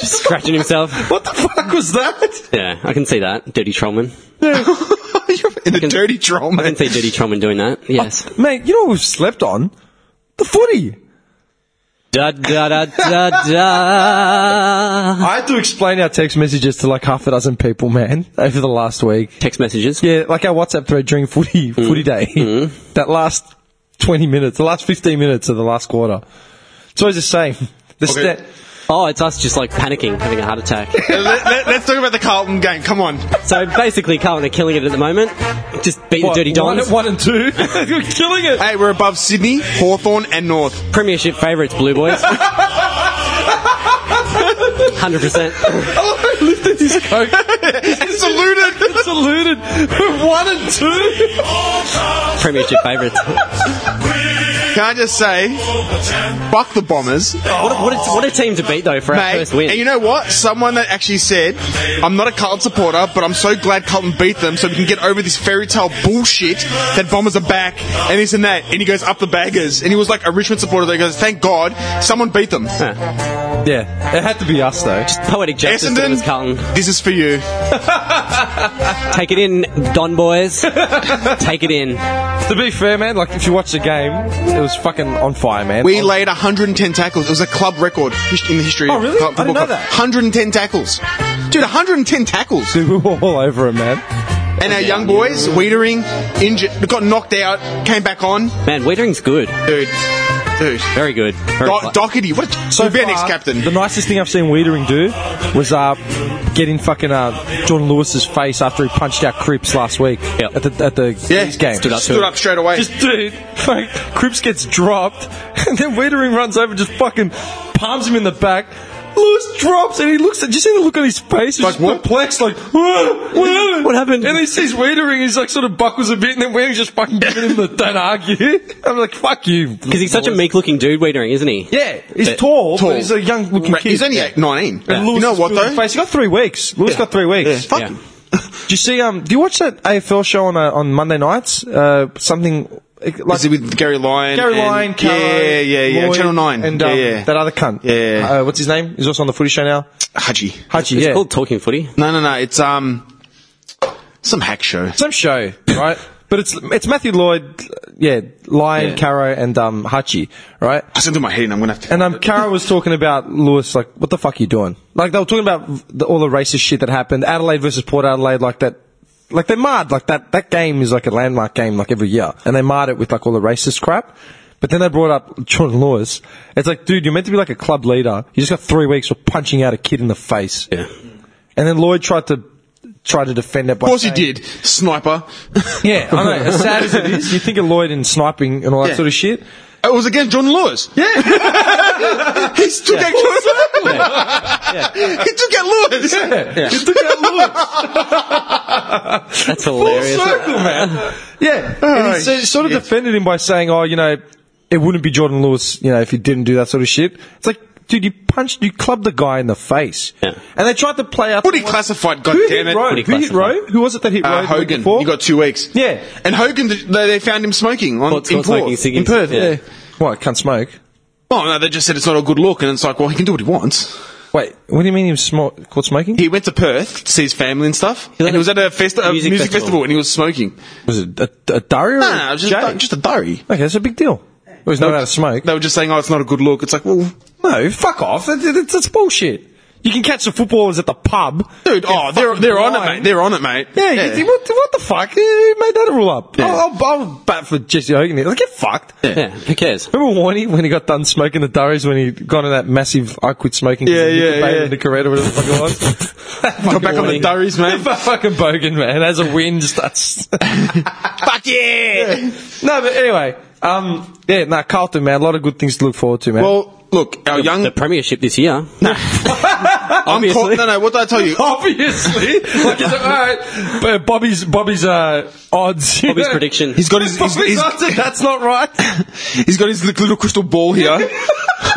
S3: Just scratching himself.
S2: What the fuck was that?
S3: Yeah, I can see that. Dirty Trollman.
S5: In a dirty troll,
S3: I
S5: man.
S3: can see Dirty Trollman doing that. Yes.
S2: Mate, you know what we've slept on? The footy.
S3: da da da da da.
S2: I had to explain our text messages to like half a dozen people, man, over the last week.
S3: Text messages.
S2: Yeah, like our WhatsApp thread during footy footy day. *laughs* That last twenty minutes, the last fifteen minutes of the last quarter. It's always the same. The sta-
S3: Oh, it's us just like panicking, having a heart attack.
S5: let, us talk about the Carlton game. Come on.
S3: so basically, Carlton are killing it at the moment. Just beating
S2: What,
S3: the Dirty
S2: one,
S3: Dons.
S2: one and two. *laughs* You're killing it.
S5: Hey, we're above Sydney, Hawthorn, and North.
S3: Premiership favourites, Blue Boys. 100%.
S2: Oh, I lifted his coat.
S5: Saluted.
S2: Saluted. *laughs* One and two.
S3: Premiership favourites.
S5: Can I just say, fuck the Bombers.
S3: What, a- what, a, what a team to beat, though, for our
S5: Mate,
S3: first win.
S5: And you know what? Someone that actually said, I'm not a Carlton supporter, but I'm so glad Carlton beat them so we can get over this fairy tale bullshit that Bombers are back and this and that. And he goes up the baggers. And he was like a Richmond supporter that goes, thank God someone beat them.
S2: Yeah, it had to be us though.
S3: Poetic justice that it was Carlton.
S5: Essendon, this is for you.
S3: Take it in, Don boys. Take it in.
S2: To be fair, man, like if you watch the game, it was fucking on fire, man. *laughs*
S3: Oh.
S5: We laid 110 tackles. It was a club record his- in the history
S2: Oh, really?
S5: of Carlton
S2: I didn't know
S5: Football Club.
S2: that.
S5: 110 tackles. Dude, 110 tackles.
S2: Dude, we were all over it, man.
S5: And our young boys, Weedering, injured, got knocked out, came back on.
S3: Man, Weedering's good.
S5: Dude, dude.
S3: Very good. Very
S5: Do-
S3: cla-
S5: Doherty, what? A, so be our next
S2: far,
S5: captain.
S2: The nicest thing I've seen Weedering do was uh, getting fucking uh, Jordan Lewis's face after he punched out Cripps last week
S3: Yep.
S2: at the at the
S5: Yeah.
S2: East game.
S3: Stood up to
S5: Stood
S3: it.
S5: up straight away.
S2: Just dude, like, Cripps gets dropped, *laughs* and then Weedering runs over, just fucking palms him in the back. Lewis drops, and he looks. at Just see the look on his face, he's
S5: Like
S2: just
S5: what?
S2: perplexed, like what? What happened?
S3: What happened?
S2: And he sees Weedering, he's like sort of buckles a bit, and then Weedering just fucking giving him the don't argue. *laughs* I'm like, fuck you,
S3: Because he's such a meek looking dude, Weedering, isn't he?
S2: Yeah, he's
S3: But-
S2: tall,
S5: Tall.
S2: but he's a young looking
S5: Ra-
S2: kid.
S5: He's only eight, 19.
S2: And Lewis
S5: You know
S2: is
S5: what
S2: still in
S5: though?
S2: the face. He got three weeks. Lewis got three weeks.
S5: Fuck
S3: Yeah.
S5: him.
S2: Do you see? Um, do you watch that AFL show on uh, on Monday nights? Uh, something like
S5: Is it with Gary Lyon?
S2: Gary
S5: and-
S2: Lyon, Caro,
S5: yeah, yeah, yeah,
S2: Lloyd,
S5: Channel Nine,
S2: and
S5: yeah,
S2: um,
S5: yeah.
S2: that other cunt.
S5: Yeah.
S2: uh, what's his name? He's also on the Footy Show now.
S5: Haji.
S2: Hachi.
S3: It's
S2: yeah,
S3: called Talking Footy.
S5: No, no, no. It's um, some hack show.
S2: some
S5: *coughs*
S2: show, right? But it's it's Matthew Lloyd, yeah, Lyon, Caro, and um, Hachi, right?
S5: That's into my head, and I'm gonna have to.
S2: And um, Kara was talking about Lewis, like, what the fuck are you doing? Like, they were talking about the, all the racist shit that happened. Adelaide versus Port Adelaide, like that. Like, they marred, like, that, that game is like a landmark game, like, every year. And they marred it with, like, all the racist crap. But then they brought up Jordan Lewis. It's like, dude, you're meant to be like a club leader. You just got three weeks for punching out a kid in the face.
S3: Yeah.
S2: And then Lloyd tried to, tried to defend it by
S5: of course, he
S2: saying-
S5: did. Sniper. *laughs*
S2: Yeah, I know. As sad as it is, you think of Lloyd and sniping and all that
S5: Yeah.
S2: sort of shit.
S5: It was against John Lewis. *laughs* Yeah, he took out. He took out Lewis.
S2: You took out Lloyd. *laughs*
S3: That's hilarious.
S2: man. *laughs* yeah. And he so- sort of defended him by saying, oh, you know, it wouldn't be Jordan Lewis, you know, if he didn't do that sort of shit. It's like, dude, you punched, you clubbed the guy in the face.
S3: Yeah.
S2: And they tried to play up.
S5: Footy classified. God
S2: Who
S5: damn
S2: hit
S5: it.
S2: Rowe?
S3: Footy
S2: Who hit
S3: classified.
S2: Rowe? Who was it that hit Rowe?
S5: Uh,
S2: the week
S5: Hogan.
S2: before?
S5: You got two weeks.
S2: Yeah.
S5: And Hogan, they, they found him smoking on,
S3: Well, it's
S5: in,
S3: called smoking
S5: Perth, in
S3: ciggies.
S5: Perth.
S3: Yeah.
S5: Yeah.
S2: What, can't smoke?
S5: Oh no, they just said it's not a good look, and it's like, well, he can do what he wants.
S2: Wait, what do you mean he was smo- caught smoking?
S5: He went to Perth to see his family and stuff.
S3: at
S5: and he
S3: a
S5: was at a, festi- a
S3: music
S5: music,
S3: festival.
S5: festival. and he was smoking.
S2: was it a, a diarrhea?
S5: No, no, it was just,
S2: okay,
S5: a, just a diary.
S2: that's a big deal. It was not out of smoke.
S5: They were just saying, oh, it's not a good look. It's like, well,
S2: No, fuck off. That- that- That's, that's bullshit. You can catch the footballers at the pub.
S5: dude,
S2: They're
S5: oh, they're, they're on it,
S2: blind.
S5: mate. They're on it, mate.
S2: Yeah, You think, what, what the fuck? Who made that rule up?
S5: Yeah.
S2: I'll, I'll, I'll bat for Jesse Hogan here. Like, get fucked.
S3: Yeah, who cares?
S2: Remember Warney when he got done smoking the durries when he got in that massive I quit smoking
S5: Yeah,
S2: he
S5: yeah,
S2: debated
S5: yeah.
S2: in the Coretta, whatever the fuck it
S5: *laughs*
S2: was.
S5: Got back on the durries, mate.
S2: *laughs* fucking bogan man has a win just that's
S5: Fuck yeah!
S2: *laughs* no but anyway um yeah nah Carlton man a lot of good things to look forward to man
S5: Well, look, our young...
S3: The Premiership this year.
S5: I'm caught.
S3: Obviously.
S5: No, no. What did I tell *laughs* you?
S2: Obviously, like it's all right. But Bobby's Bobby's uh, odds. you *laughs*
S3: Bobby's
S2: know.
S3: prediction.
S5: He's got his.
S2: Bobby's
S5: He's, he's,
S2: odds. and That's not right. *laughs*
S5: he's got his little crystal ball here.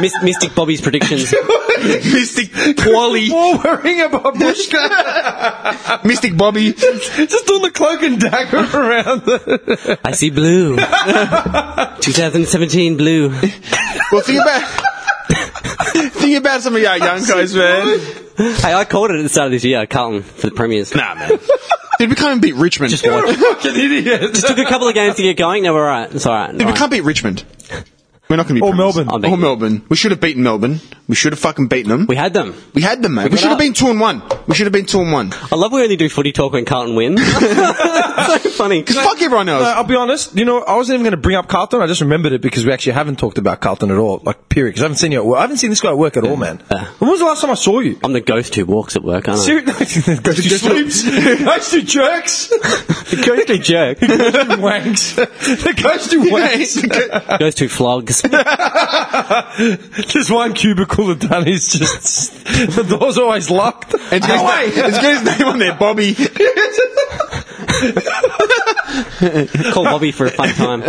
S3: Mys- Mystic Bobby's predictions.
S5: Mystic Poorly.
S2: All wearing a babushka,
S5: Mystic
S2: *laughs*
S5: Bobby.
S2: just doing the cloak and dagger *laughs* around. The-
S3: I see blue. 2017 blue.
S5: Well, think about think about *laughs* some of y'all young guys, man.
S3: Hey, I called it at the start of this year, Carlton, for the premiers. Nah, man.
S5: Dude, we can't even beat Richmond. bro.
S2: Fucking idiot.
S3: Took a couple of games to get going. Now we're all right. It's all right.
S5: Dude, we
S3: All right.
S5: can't beat Richmond. We're not going to be
S2: Or
S5: premiers.
S2: Melbourne.
S3: I'll beat
S5: Or
S3: you.
S5: Melbourne. We should have beaten Melbourne. We should have fucking beaten them.
S3: We had them.
S5: We had them, man. We,
S3: got
S5: should have
S3: up.
S5: been two and one. We should have been two and one.
S3: I love we only do footy talk when Carlton *laughs* wins. so funny.
S5: Because fuck everyone *laughs*
S2: No, oh,
S5: else.
S2: Uh, I'll be honest. You know, I wasn't even going to bring up Carlton. I just remembered it because we actually haven't talked about Carlton at all. Like, period. Because I haven't seen you. At work. I haven't seen this guy at work at
S3: Uh,
S2: all, man. When was the last time I saw you?
S3: I'm the ghost who walks at work, aren't I?
S2: Seriously, goes to
S5: sleeps.
S2: sleeps. *laughs* goes to jerks. the goes to jerk. the goes to wanks. The goes to wanks.
S3: Ghost who
S2: *laughs*
S3: flogs.
S2: There's one cubicle that Danny's just the door's always locked.
S5: It's
S2: No
S5: got
S2: way.
S5: his, it's got his name on
S2: *laughs*
S5: there, Bobby.
S3: Call Bobby for a fun time.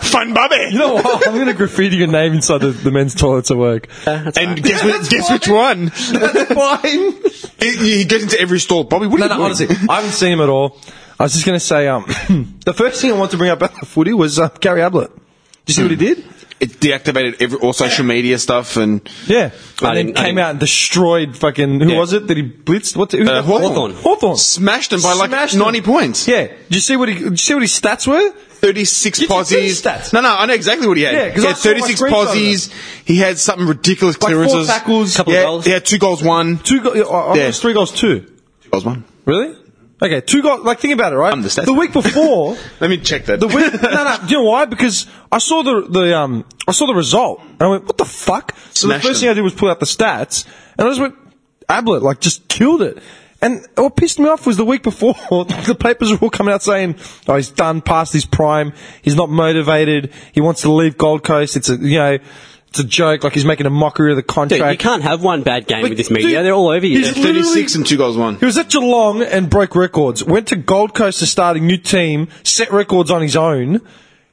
S5: Fun Bobby.
S2: You know what? I'm going to graffiti your name inside the, the men's toilets at *laughs* work.
S5: And guess, which, guess which one?
S2: Fine.
S5: He, he gets into every store. Bobby, what are
S2: No,
S5: you
S2: no,
S5: doing?
S2: honestly, I haven't seen him at all. I was just going to say, um, *clears throat* the first thing I want to bring up about the footy was uh, Gary Ablett. Did you see what he did?
S5: It deactivated every, all social media stuff and
S2: Yeah.
S3: I
S2: And then
S3: didn't- I
S2: came
S3: didn't-
S2: out and destroyed fucking, who
S5: Yeah.
S2: was it that he blitzed? What's it? who-
S5: Uh, Hawthorn.
S2: Hawthorn.
S5: smashed them by like
S2: Smashed them.
S5: 90 points.
S2: Yeah. Did you see what he, did you see what his stats were?
S5: 36
S2: Did you see his
S5: posies.
S2: stats?
S5: No, no, I know exactly what he had.
S2: Yeah, 'cause
S5: he
S2: I
S5: had
S2: saw my
S5: 36
S2: screenshot of
S5: posies. He had something ridiculous
S2: Like four
S5: clearances.
S2: tackles,
S3: couple of
S5: yeah,
S3: goals.
S5: He had two goals, one.
S2: Two, go- I- I
S5: Yeah.
S2: was three goals, two.
S5: Two goals, one.
S2: Really? Okay, two goals, like think about it, right?
S5: I'm the stats
S2: the
S5: *laughs*
S2: week before,
S5: Let me check that.
S2: The win-
S5: *laughs*
S2: no, no. Do you know why? Because I saw the the um I saw the result and I went, "What the fuck?" So
S5: Smashed
S2: the first
S5: them.
S2: thing I did was pull out the stats and I just went, "Ablett like just killed it." And what pissed me off was the week before *laughs* the papers were all coming out saying, "Oh, he's done past his prime. He's not motivated. He wants to leave Gold Coast. It's a you know." It's a joke, like he's making a mockery of the
S3: Dude,
S2: contract.
S3: you can't have one bad game
S2: But
S3: with this media.
S2: dude,
S3: They're all over you.
S2: he's
S3: They're-
S2: literally-
S5: 36 and two goals, one.
S2: He was at Geelong and broke records. Went to Gold Coast to start a new team, set records on his own.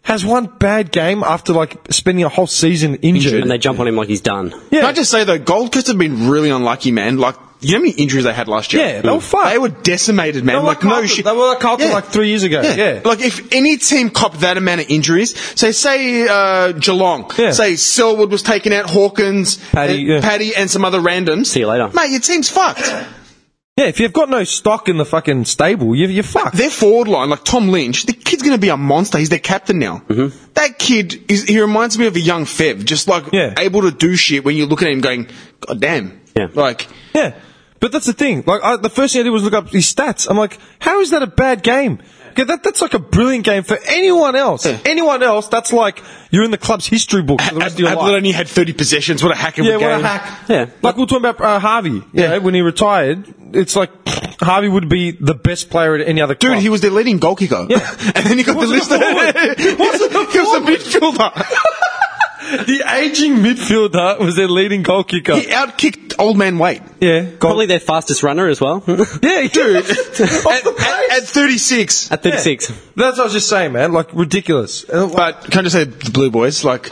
S2: Has one bad game after like spending a whole season injured.
S3: and they jump on him like he's done.
S2: yeah,
S5: Can I just say though, Gold Coast have been really unlucky, man. Like, you know how many injuries they had last year?
S2: Yeah, they were fucked.
S5: They were decimated, man.
S2: They were
S5: like,
S2: like
S5: no
S2: Carlton-
S5: shit.
S2: they were like Carlton, like, three years ago. Yeah.
S5: Like, if any team copped that amount of injuries, say, say, uh, Geelong,
S2: Yeah.
S5: say Selwood was taken out, Hawkins,
S2: Paddy,
S5: and,
S2: yeah.
S5: Paddy and some other randoms.
S3: See you later.
S5: Mate, your team's fucked.
S2: yeah. If you've got no stock in the fucking stable, you, you're fucked.
S5: their forward line, like Tom Lynch, the kid's going to be a monster. He's their captain now.
S3: Mm-hmm.
S5: That kid, is, he reminds me of a young Fev, just like
S2: Yeah.
S5: able to do shit when you look at him going, God damn.
S3: Yeah.
S5: Like,
S2: Yeah, but that's the thing. Like I, the first thing I did was look up his stats. I'm like, how is that a bad game? Okay, that, that's like a brilliant game for anyone else. Anyone else, that's like you're in the club's history book for the rest of your
S5: Ablett
S2: life.
S5: only had 30 possessions. What a hack of
S2: Yeah,
S5: a game.
S2: what a hack.
S3: Yeah.
S2: Like we were talking about uh, Harvey. you
S5: Yeah.
S2: know, when he retired, it's like *sniffs* Harvey would be the best player at any other
S5: Dude,
S2: club.
S5: he was their leading goal kicker.
S2: Yeah.
S5: *laughs* and then he got
S2: Wasn't
S5: the
S2: a forward.
S5: *laughs* list.
S2: Wasn't a
S5: he was a midfielder.
S2: *laughs* the aging midfielder was their leading goal kicker.
S5: he outkicked old man Wade.
S2: yeah, goal-
S3: Probably their fastest runner as well. *laughs*
S2: Yeah, *laughs* dude.
S5: *laughs* At, at, at 36.
S3: At 36.
S2: That's what I was just saying, man. Like ridiculous. And, like,
S5: But can I just say the Blue Boys, like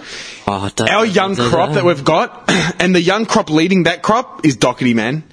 S3: Oh, da-
S5: our young
S3: da- da-
S5: crop
S3: da.
S5: that we've got, *clears throat* and the young crop leading that crop is Doherty, man.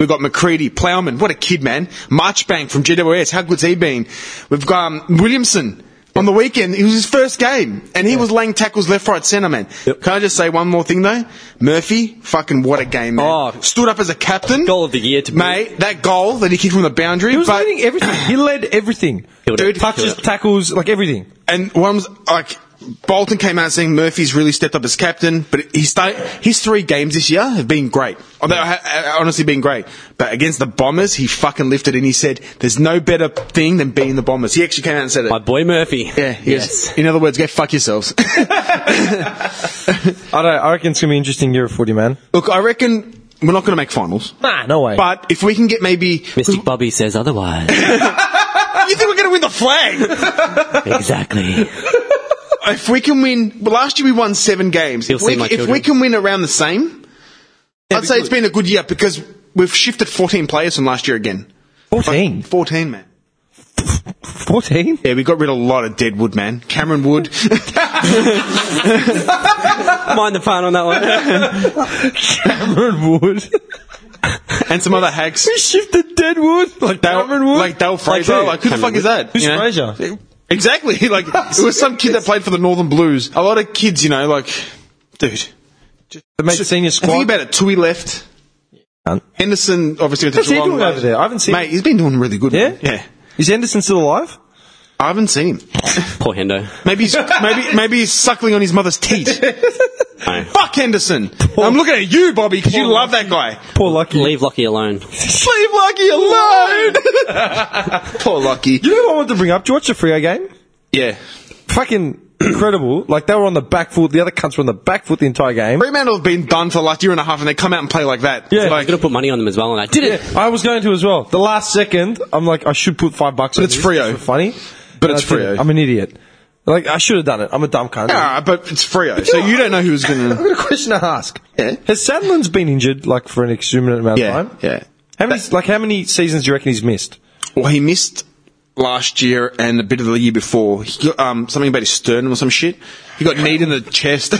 S5: We've got McCready, Plowman, what a kid, man. Marchbank from GWS, how good's he been? We've got um, Williamson on the weekend. It was his first game, and he was laying tackles left, right, centre, man. Can I just say one more thing though? Murphy, fucking what a game, man.
S3: Oh.
S5: Stood up as a captain,
S3: Goal of the year to me.
S5: mate. That goal that he kicked from the boundary,
S2: he was
S5: but
S2: leading everything. *clears throat* He led everything.
S3: Killed it.
S2: Dude, touches,
S3: Killed it.
S2: tackles, like everything.
S5: And what I'm like, Bolton came out saying Murphy's really stepped up as captain, but he start, his three games this year have been great. Although, ha- ha- honestly, been great. But against the Bombers, he fucking lifted and he said, "There's no better thing than being the Bombers." He actually came out and said it.
S3: My boy Murphy.
S5: yeah. he goes,
S3: yes.
S5: in other words, go fuck yourselves. *laughs*
S2: I don't. I reckon it's gonna be an interesting year of footy, man.
S5: Look, I reckon we're not going to make finals,
S2: Nah, no way.
S5: but if we can get maybe,
S3: Mystic Bobby says
S5: *laughs*
S3: otherwise.
S5: you think we're going to win the flag?
S3: exactly.
S5: if we can win, well, last year we won seven games.
S3: He'll
S5: If we,
S3: see my
S5: if we
S3: children.
S5: can win around the same, I'd say it's been a good year because we've shifted 14 players from last year again.
S2: 14?
S5: 14, man.
S2: 14?
S5: Yeah, we got rid of a lot of dead wood, man. Cameron Wood. *laughs*
S3: Mind the pun on that one.
S2: *laughs* Cameron *laughs* Wood.
S5: and some other hacks.
S2: we shifted Deadwood. Like
S5: Dale,
S2: Cameron Wood.
S5: Like Dale Fraser. Like,
S2: who?
S5: who the fuck is that?
S2: Who's
S5: you know?
S2: Fraser?
S5: Exactly. *laughs* Like, it was some kid that played for the Northern Blues. A lot of kids, you know, like, dude.
S2: The mate senior
S5: I Think
S2: squad.
S5: about it. Tui left.
S2: Cunt.
S5: Henderson obviously went to
S2: What's he
S5: Geelong.
S2: doing over there? I haven't seen
S5: Mate, he's been doing really good.
S2: Yeah?
S5: man. yeah.
S2: Is Anderson still alive?
S5: I haven't seen him.
S3: *laughs* Poor Hendo.
S5: Maybe *laughs* he's maybe maybe he's suckling on his mother's *laughs* teeth.
S3: No.
S5: Fuck Henderson. I'm looking at you, Bobby, because you love that guy.
S2: Poor Lucky. *laughs*
S3: Leave Lockie alone.
S5: Leave Lucky alone. Poor Lucky.
S2: You know what I wanted to bring up? Did you watch the Frio game?
S5: Yeah.
S2: Fucking *clears throat* incredible. Like, they were on the back foot. The other cunts were on the back foot the entire game.
S5: Fremantle have been done for the last year and a half, and they come out and play like that.
S2: Yeah.
S5: It's
S3: I was
S5: like,
S3: going to put money on them as well, and I did it.
S2: I was going to as well. The last second, I'm like, I should put five bucks. But
S5: it's Freo.
S2: Funny,
S5: But
S2: And
S5: it's
S2: I didn't.
S5: Freo.
S2: I'm an idiot. Like I should have done it. I'm a dumb cunt.
S5: ah, but it's Frio, so you don't know who's
S2: I've
S5: *laughs* going to.
S2: got a question to ask.
S5: Yeah.
S2: Has Sandlin's been injured like for an exorbitant amount
S5: Yeah,
S2: of time?
S5: yeah.
S2: How many like how many seasons do you reckon he's missed?
S5: Well, he missed last year and a bit of the year before. He got, um, something about his sternum or some shit. He got kneed in the chest. *laughs*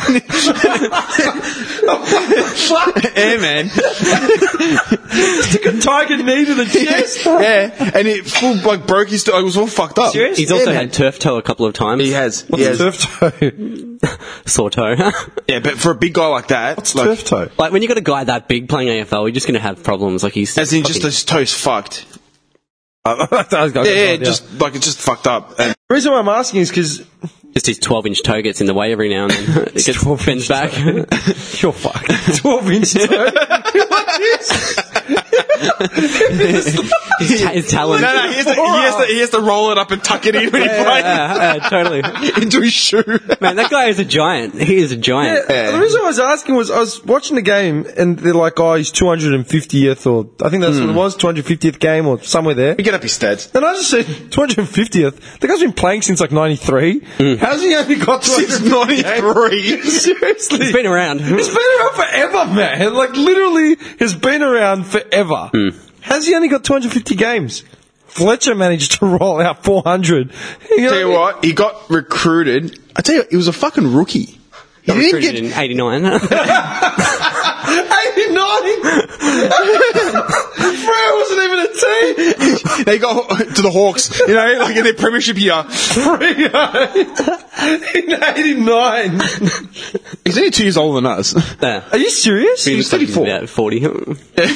S5: yeah, man.
S2: Took a *laughs* tiger knee *laughs* to the chest.
S5: *laughs* Yeah, and it full like broke his. Like, it was all fucked up.
S2: Serious?
S3: He's
S5: Yeah,
S3: also
S5: man.
S3: had turf toe a couple of times.
S5: He has.
S2: What's
S5: he
S2: a
S5: has.
S2: turf toe?
S3: Sore toe. *laughs*
S5: Yeah, but for a big guy like that,
S2: What's
S5: like,
S2: turf toe?
S3: like, when you got a guy that big playing AFL, you're just going to have problems. Like, he's.
S5: as in just
S3: fucking-
S5: his toes fucked.
S2: yeah,
S5: Yeah, yeah, just like it's just fucked up. *laughs* And
S2: the reason why I'm asking is because
S3: just his 12 inch toe gets in the way every now and then.
S2: *laughs*
S3: it gets
S2: 12
S3: bends back.
S2: *laughs* you're fucked. Twelve inch toe. *laughs*
S3: *laughs* his, ta- his talent.
S5: no, no, he has, to, he, has to, he has to roll it up and tuck it in when he
S3: Yeah, yeah, yeah, totally.
S5: plays *laughs* into his shoe.
S3: Man, that guy is a giant. He is a giant.
S5: Yeah.
S2: The reason I was asking was I was watching the game and they're like, oh, he's 250th or I think that's what it was, 250th game or somewhere there.
S5: We get up his stats.
S2: And I just said 250th. The guy's been playing since like 93. How's he only got
S5: Since
S2: 200?
S5: 93.
S2: *laughs* Seriously.
S3: He's been around.
S2: He's been around forever, man. Like literally has been around forever. How's he only got 250 games? Fletcher managed to *laughs* roll out 400. You know
S5: *laughs*
S2: what
S5: tell you
S2: I mean?
S5: what, he got recruited. I tell you, he was a fucking rookie. He didn't
S3: Recruited
S5: get.
S3: in *laughs* 89.
S2: *laughs* 89! Freo wasn't even a team!
S5: *laughs* They got to the Hawks, you know, like in their premiership year.
S2: Freo *laughs* in 89.
S5: He's only two years older than us.
S3: yeah.
S2: Are you serious?
S5: He's 34.
S3: About 40. *laughs*
S2: He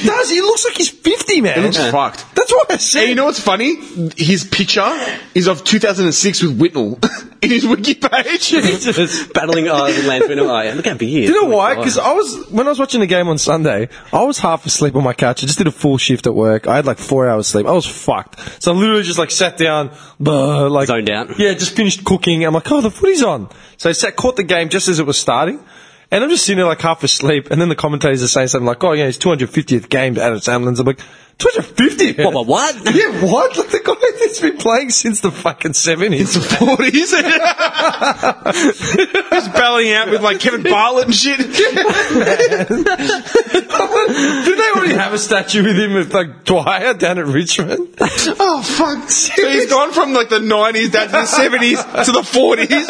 S2: does. He looks like he's 50, man.
S5: He looks fucked.
S2: That's what I
S5: And
S2: said.
S5: you know what's funny? His picture is of 2006 with Whitnell *laughs* in his wiki page.
S3: Battling uh, Lance Winner. Oh, yeah. Look how big he is.
S2: you know
S3: Oh my
S2: why?
S3: God.
S2: Because I was when I was watching the game on Sunday, I was half asleep on my couch. I just did a full shift at work. I had like four hours sleep. I was fucked. So I literally just like sat down, blah, like
S3: Zoned out.
S2: Yeah, just finished cooking. I'm like, oh, the footy's on. So I sat, caught the game just as it was starting. And I'm just sitting there like half asleep, and then the commentators are saying something like, "Oh yeah, his 250th game to Adam Sandlins." I'm like, "250?
S3: What, what, what?
S2: *laughs* Yeah, what? Like the guy that's been playing since the fucking 70s.
S5: It's the 40s. He's bellying out with like Kevin Bartlett and shit.
S2: Do they already have a statue with him at like Dwyer down at Richmond?
S5: oh fuck! So he's gone from like the 90s down to the 70s to the 40s.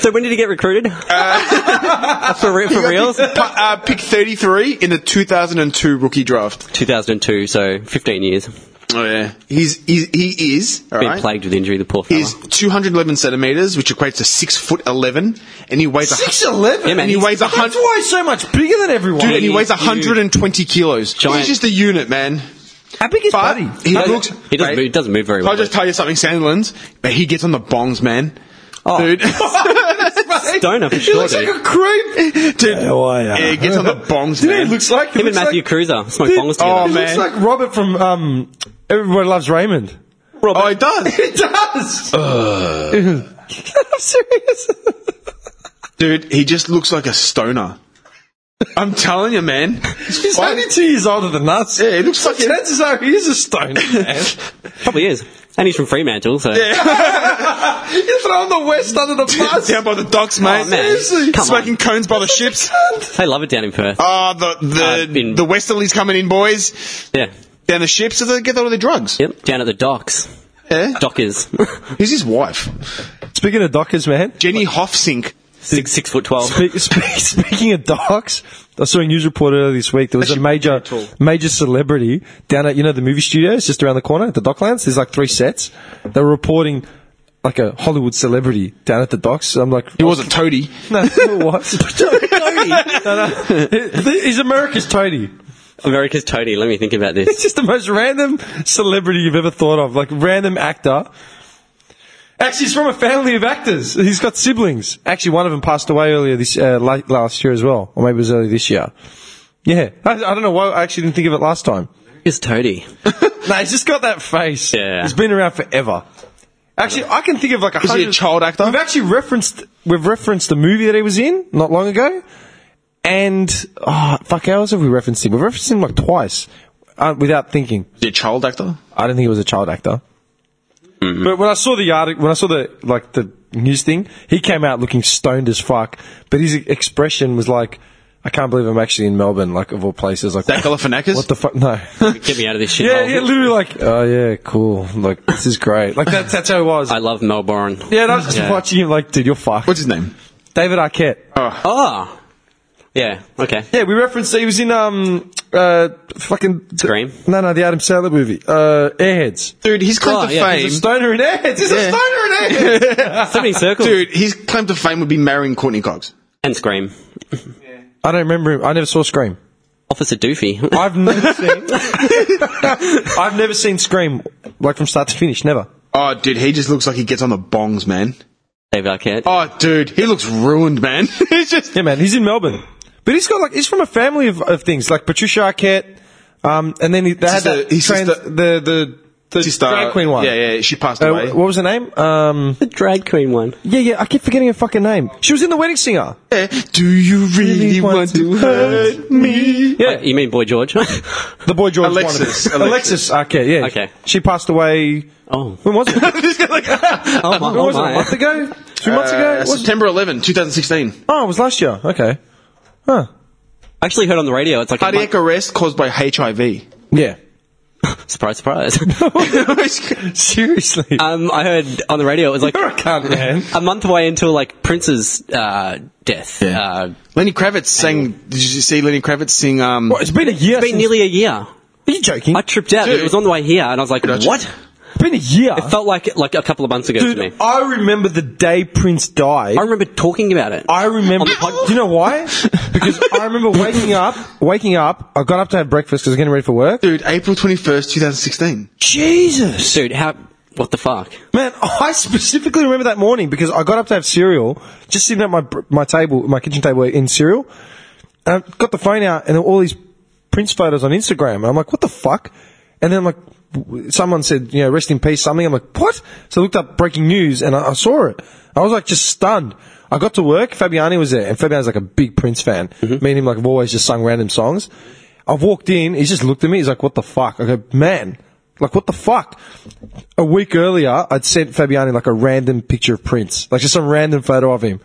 S3: So when did he get recruited?
S2: Uh,
S3: *laughs* for
S2: *laughs*
S3: re- for reals?
S5: Pick, uh, pick 33 in the 2002 rookie draft.
S3: 2002, so 15 years.
S5: Oh yeah. He's, he's he is all
S3: Been
S5: right.
S3: plagued with injury, the poor fella.
S5: Is 211 centimeters, which equates to six foot 11, and he weighs a hu-
S2: 6'11?
S3: Yeah, man,
S5: and he
S3: he's-
S5: weighs a
S2: That's
S5: hundred.
S2: why he's so much bigger than everyone.
S5: Dude, and he
S3: He-
S5: weighs
S3: he-
S5: 120 kilos.
S3: Giant.
S5: He's just a unit, man.
S2: How big is
S5: But
S2: Buddy?
S5: he
S3: doesn't-
S5: looks.
S3: he doesn't
S5: mate,
S3: move- doesn't move very
S5: I'll
S3: well.
S5: just tell you something, Sandlins. But he gets on the bongs, man.
S2: Oh. *laughs*
S5: Dude,
S3: Stoner for
S5: *laughs* He
S3: sure,
S5: looks like
S3: dude.
S5: a creep. Dude,
S2: Yeah, why, uh,
S5: yeah, he gets on the
S2: *laughs*
S5: bongs,
S2: Do you know
S5: man.
S2: what he looks like? He
S3: Him and
S2: looks
S3: Matthew
S2: like,
S3: Cruiser smoke
S2: Dude,
S3: bongs
S5: oh,
S3: together.
S2: he
S5: man.
S2: looks like Robert from um, Everybody Loves Raymond.
S5: oh, *laughs* he does,
S2: He does. *laughs* I'm serious.
S5: dude. He just looks like a stoner. I'm telling you, man.
S2: He's only two years older than us. *laughs*
S5: Yeah, he looks like
S2: Chances are he is a stone. man.
S3: Probably is. And he's from Fremantle, so.
S4: you throw on the west under
S5: *laughs*
S4: the bus.
S5: Down by the docks, mate.
S3: man. Seriously? Come
S5: Smoking
S3: on.
S5: cones by the ships.
S3: They love it down in Perth.
S5: Ah, the the
S3: Uh, in-
S5: the westerlies coming in, boys.
S3: yeah.
S5: Down the ships, so they get all their drugs.
S3: Yep. Down at the docks.
S5: Yeah.
S3: Dockers. *laughs*
S5: Who's his wife?
S2: Speaking of dockers, man.
S5: Jenny Hofsink.
S3: six, six foot twelve.
S2: Spe- spe- *laughs* speaking of docks, I saw a news report earlier this week. There was a major, major celebrity down at you know the movie studios just around the corner at the Docklands. There's like three sets. They were reporting like a Hollywood celebrity down at the docks. I'm like,
S5: He wasn't Toady.
S2: no, it *laughs* was. no, no. He's America's Tony.
S3: America's Tony. Let me think about
S2: *laughs*
S3: this.
S2: It's just the most random celebrity you've ever thought of, like random actor. Actually, he's from a family of actors. He's got siblings. Actually, one of them passed away earlier this uh, late last year as well, or maybe it was early this year. Yeah, I, I don't know why I actually didn't think of it last time.
S3: America's Tony.
S2: No, he's just got that face.
S3: Yeah.
S2: he's been around forever. Actually, I can think of like a
S5: Was he a child actor?
S2: We've actually referenced we've referenced the movie that he was in not long ago, and oh fuck, how else have we referenced him? We've referenced him like twice uh, without thinking.
S5: Is he a child actor?
S2: I don't think it was a child actor. But when I saw the article, when I saw the like the news thing, he came out looking stoned as fuck. But his expression was like, "I can't believe I'm actually in Melbourne, like of all places." Like
S5: Zach
S2: *laughs*
S5: Galifianakis?
S2: What the fuck? No.
S3: Get me out of this shit.
S2: yeah,
S3: hole.
S2: yeah, literally like, "Oh yeah, cool. Like this is great." Like that's that's how it was.
S3: I love Melbourne.
S2: yeah, and I was just watching him like, "Dude, you're fucked."
S5: What's his name?
S2: David Arquette.
S3: Oh. Yeah. Okay.
S2: Yeah, we referenced he was in um uh fucking
S3: Scream.
S2: No, no, the Adam Sandler movie, uh, Airheads.
S5: Dude, his claim
S3: Oh,
S5: to
S3: yeah,
S5: fame.
S2: He's a stoner in Airheads. He's a
S5: Yeah.
S2: stoner in Airheads.
S3: So many circles.
S5: *laughs* Dude, his claim to fame would be marrying Courtney Cox.
S3: And Scream.
S2: I don't remember him. I never saw Scream.
S3: Officer Doofy. *laughs*
S2: I've never seen. I've never seen Scream like from start to finish. Never.
S5: Oh, dude, he just looks like he gets on the bongs, man.
S3: David Arquette.
S5: Oh, dude, he looks ruined, man. *laughs* He's just
S2: Yeah, man. He's in Melbourne, but he's got like he's from a family of, of things like Patricia Arquette, um, and then he, they
S5: Sister-
S2: had that
S5: his
S2: trans,
S5: sister-
S2: the the the
S5: Sister-
S2: drag queen one.
S5: Yeah, yeah, she passed
S2: Uh,
S5: away.
S2: what was her name? Um,
S3: The drag queen one.
S2: yeah, yeah. I keep forgetting her fucking name. She was in The Wedding Singer.
S5: Yeah. Do you really want to hurt me? *laughs*
S3: Yeah. Oh, you mean Boy George? *laughs* Oh.
S2: The boy George. wanted
S5: Alexis,
S2: it. Alexis. Arquette. Yeah.
S3: Okay.
S2: She passed away.
S3: oh.
S2: When was it?
S3: Oh my.
S2: when
S3: Oh
S2: was it? A
S3: my.
S2: month ago? Two months ago?
S5: "Ah." Uh,
S2: It wasn't-
S5: September 11, 2016.
S2: Oh, it was last year. Okay. Huh.
S3: I actually heard on the radio. It's like a
S5: Cardiac
S3: month-
S5: arrest caused by HIV. *laughs*
S2: Yeah.
S3: surprise, surprise.
S2: *laughs* Seriously.
S3: um, I heard on the radio. It was
S2: *laughs*
S3: like
S2: You're a cunt, man.
S3: a month away until like Prince's uh, death. Uh,
S5: Lenny Kravitz sang. Did you see Lenny Kravitz sing? Um,
S2: What, it's been a year.
S3: been
S2: since-
S3: nearly a year.
S2: Are you joking?
S3: I tripped out.
S5: Dude.
S3: It was on the way here, and I was like, "What?"
S2: It's been a year.
S3: It felt like like a couple of months ago to me.
S2: Dude, I remember the day Prince died.
S3: I remember talking about it.
S2: I remember.
S3: On the pod-
S2: Do you know why? Because I remember waking up. Waking up. I got up to have breakfast because I was getting ready for work.
S5: dude, April 21st, 2016.
S2: Jesus.
S3: Dude, how? What the fuck?
S2: Man, *laughs* I specifically remember that morning because I got up to have cereal, just sitting at my my table, my kitchen table in cereal, and I got the phone out, and there were all these Prince photos on Instagram, and I'm like, what the fuck? And then like, w- someone said, you know, rest in peace, something. I'm like, what? So I looked up breaking news, and I, I saw it. I was like, just stunned. I got to work, Fabiani was there, and Fabiani's like a big Prince fan. Me and him like have always just sung random songs. I've walked in, he just looked at me, he's like, what the fuck? I go, man, like what the fuck? a week earlier, I'd sent Fabiani like a random picture of Prince, like just some random photo of him,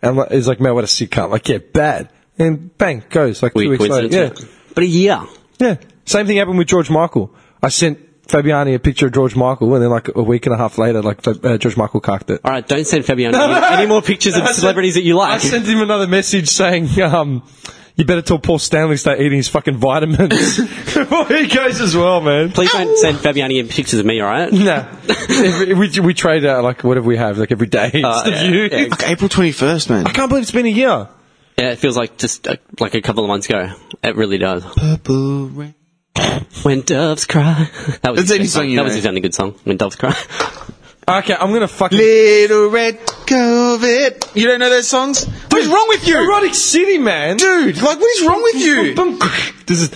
S2: and like, he's like, "Man, what a sick cunt!" Like, yeah, bad, and bang goes like two
S3: Weird
S2: weeks later. Yeah,
S3: coincidence. But a year.
S2: yeah. Same thing happened with George Michael. I sent Fabiani a picture of George Michael, and then like a week and a half later, like Fab- uh, George Michael cocked it.
S3: All right, don't send
S2: *laughs*
S3: Fabiano any, any more pictures of
S2: I sent-
S3: celebrities that you
S2: I
S3: like.
S2: sent him another message saying, um, "You better tell Paul Stanley to start eating his fucking *laughs* vitamins." Well, he goes as well, man.
S3: Please don't send Fabiani any pictures of me.
S2: *laughs*
S3: All right.
S2: No, Every- we, we trade out like whatever we have like every day. Instead of
S3: yeah,
S2: you.
S3: yeah.
S5: Fuck, April 21st, man.
S2: I can't believe it's been a year.
S3: Yeah, it feels like just uh, like a couple of months ago. It really does.
S5: Purple rain.
S3: When doves cry. *laughs* That was
S5: That's
S3: his
S5: any
S3: best
S5: song you
S3: That
S5: know.
S3: was his only good song. When doves *laughs* cry.
S2: Okay, I'm gonna fucking.
S5: Little red COVID. You don't know those songs? What is wrong with you?
S2: Erotic City, man.
S5: Dude, like, what is wrong with you? *laughs*
S2: This is.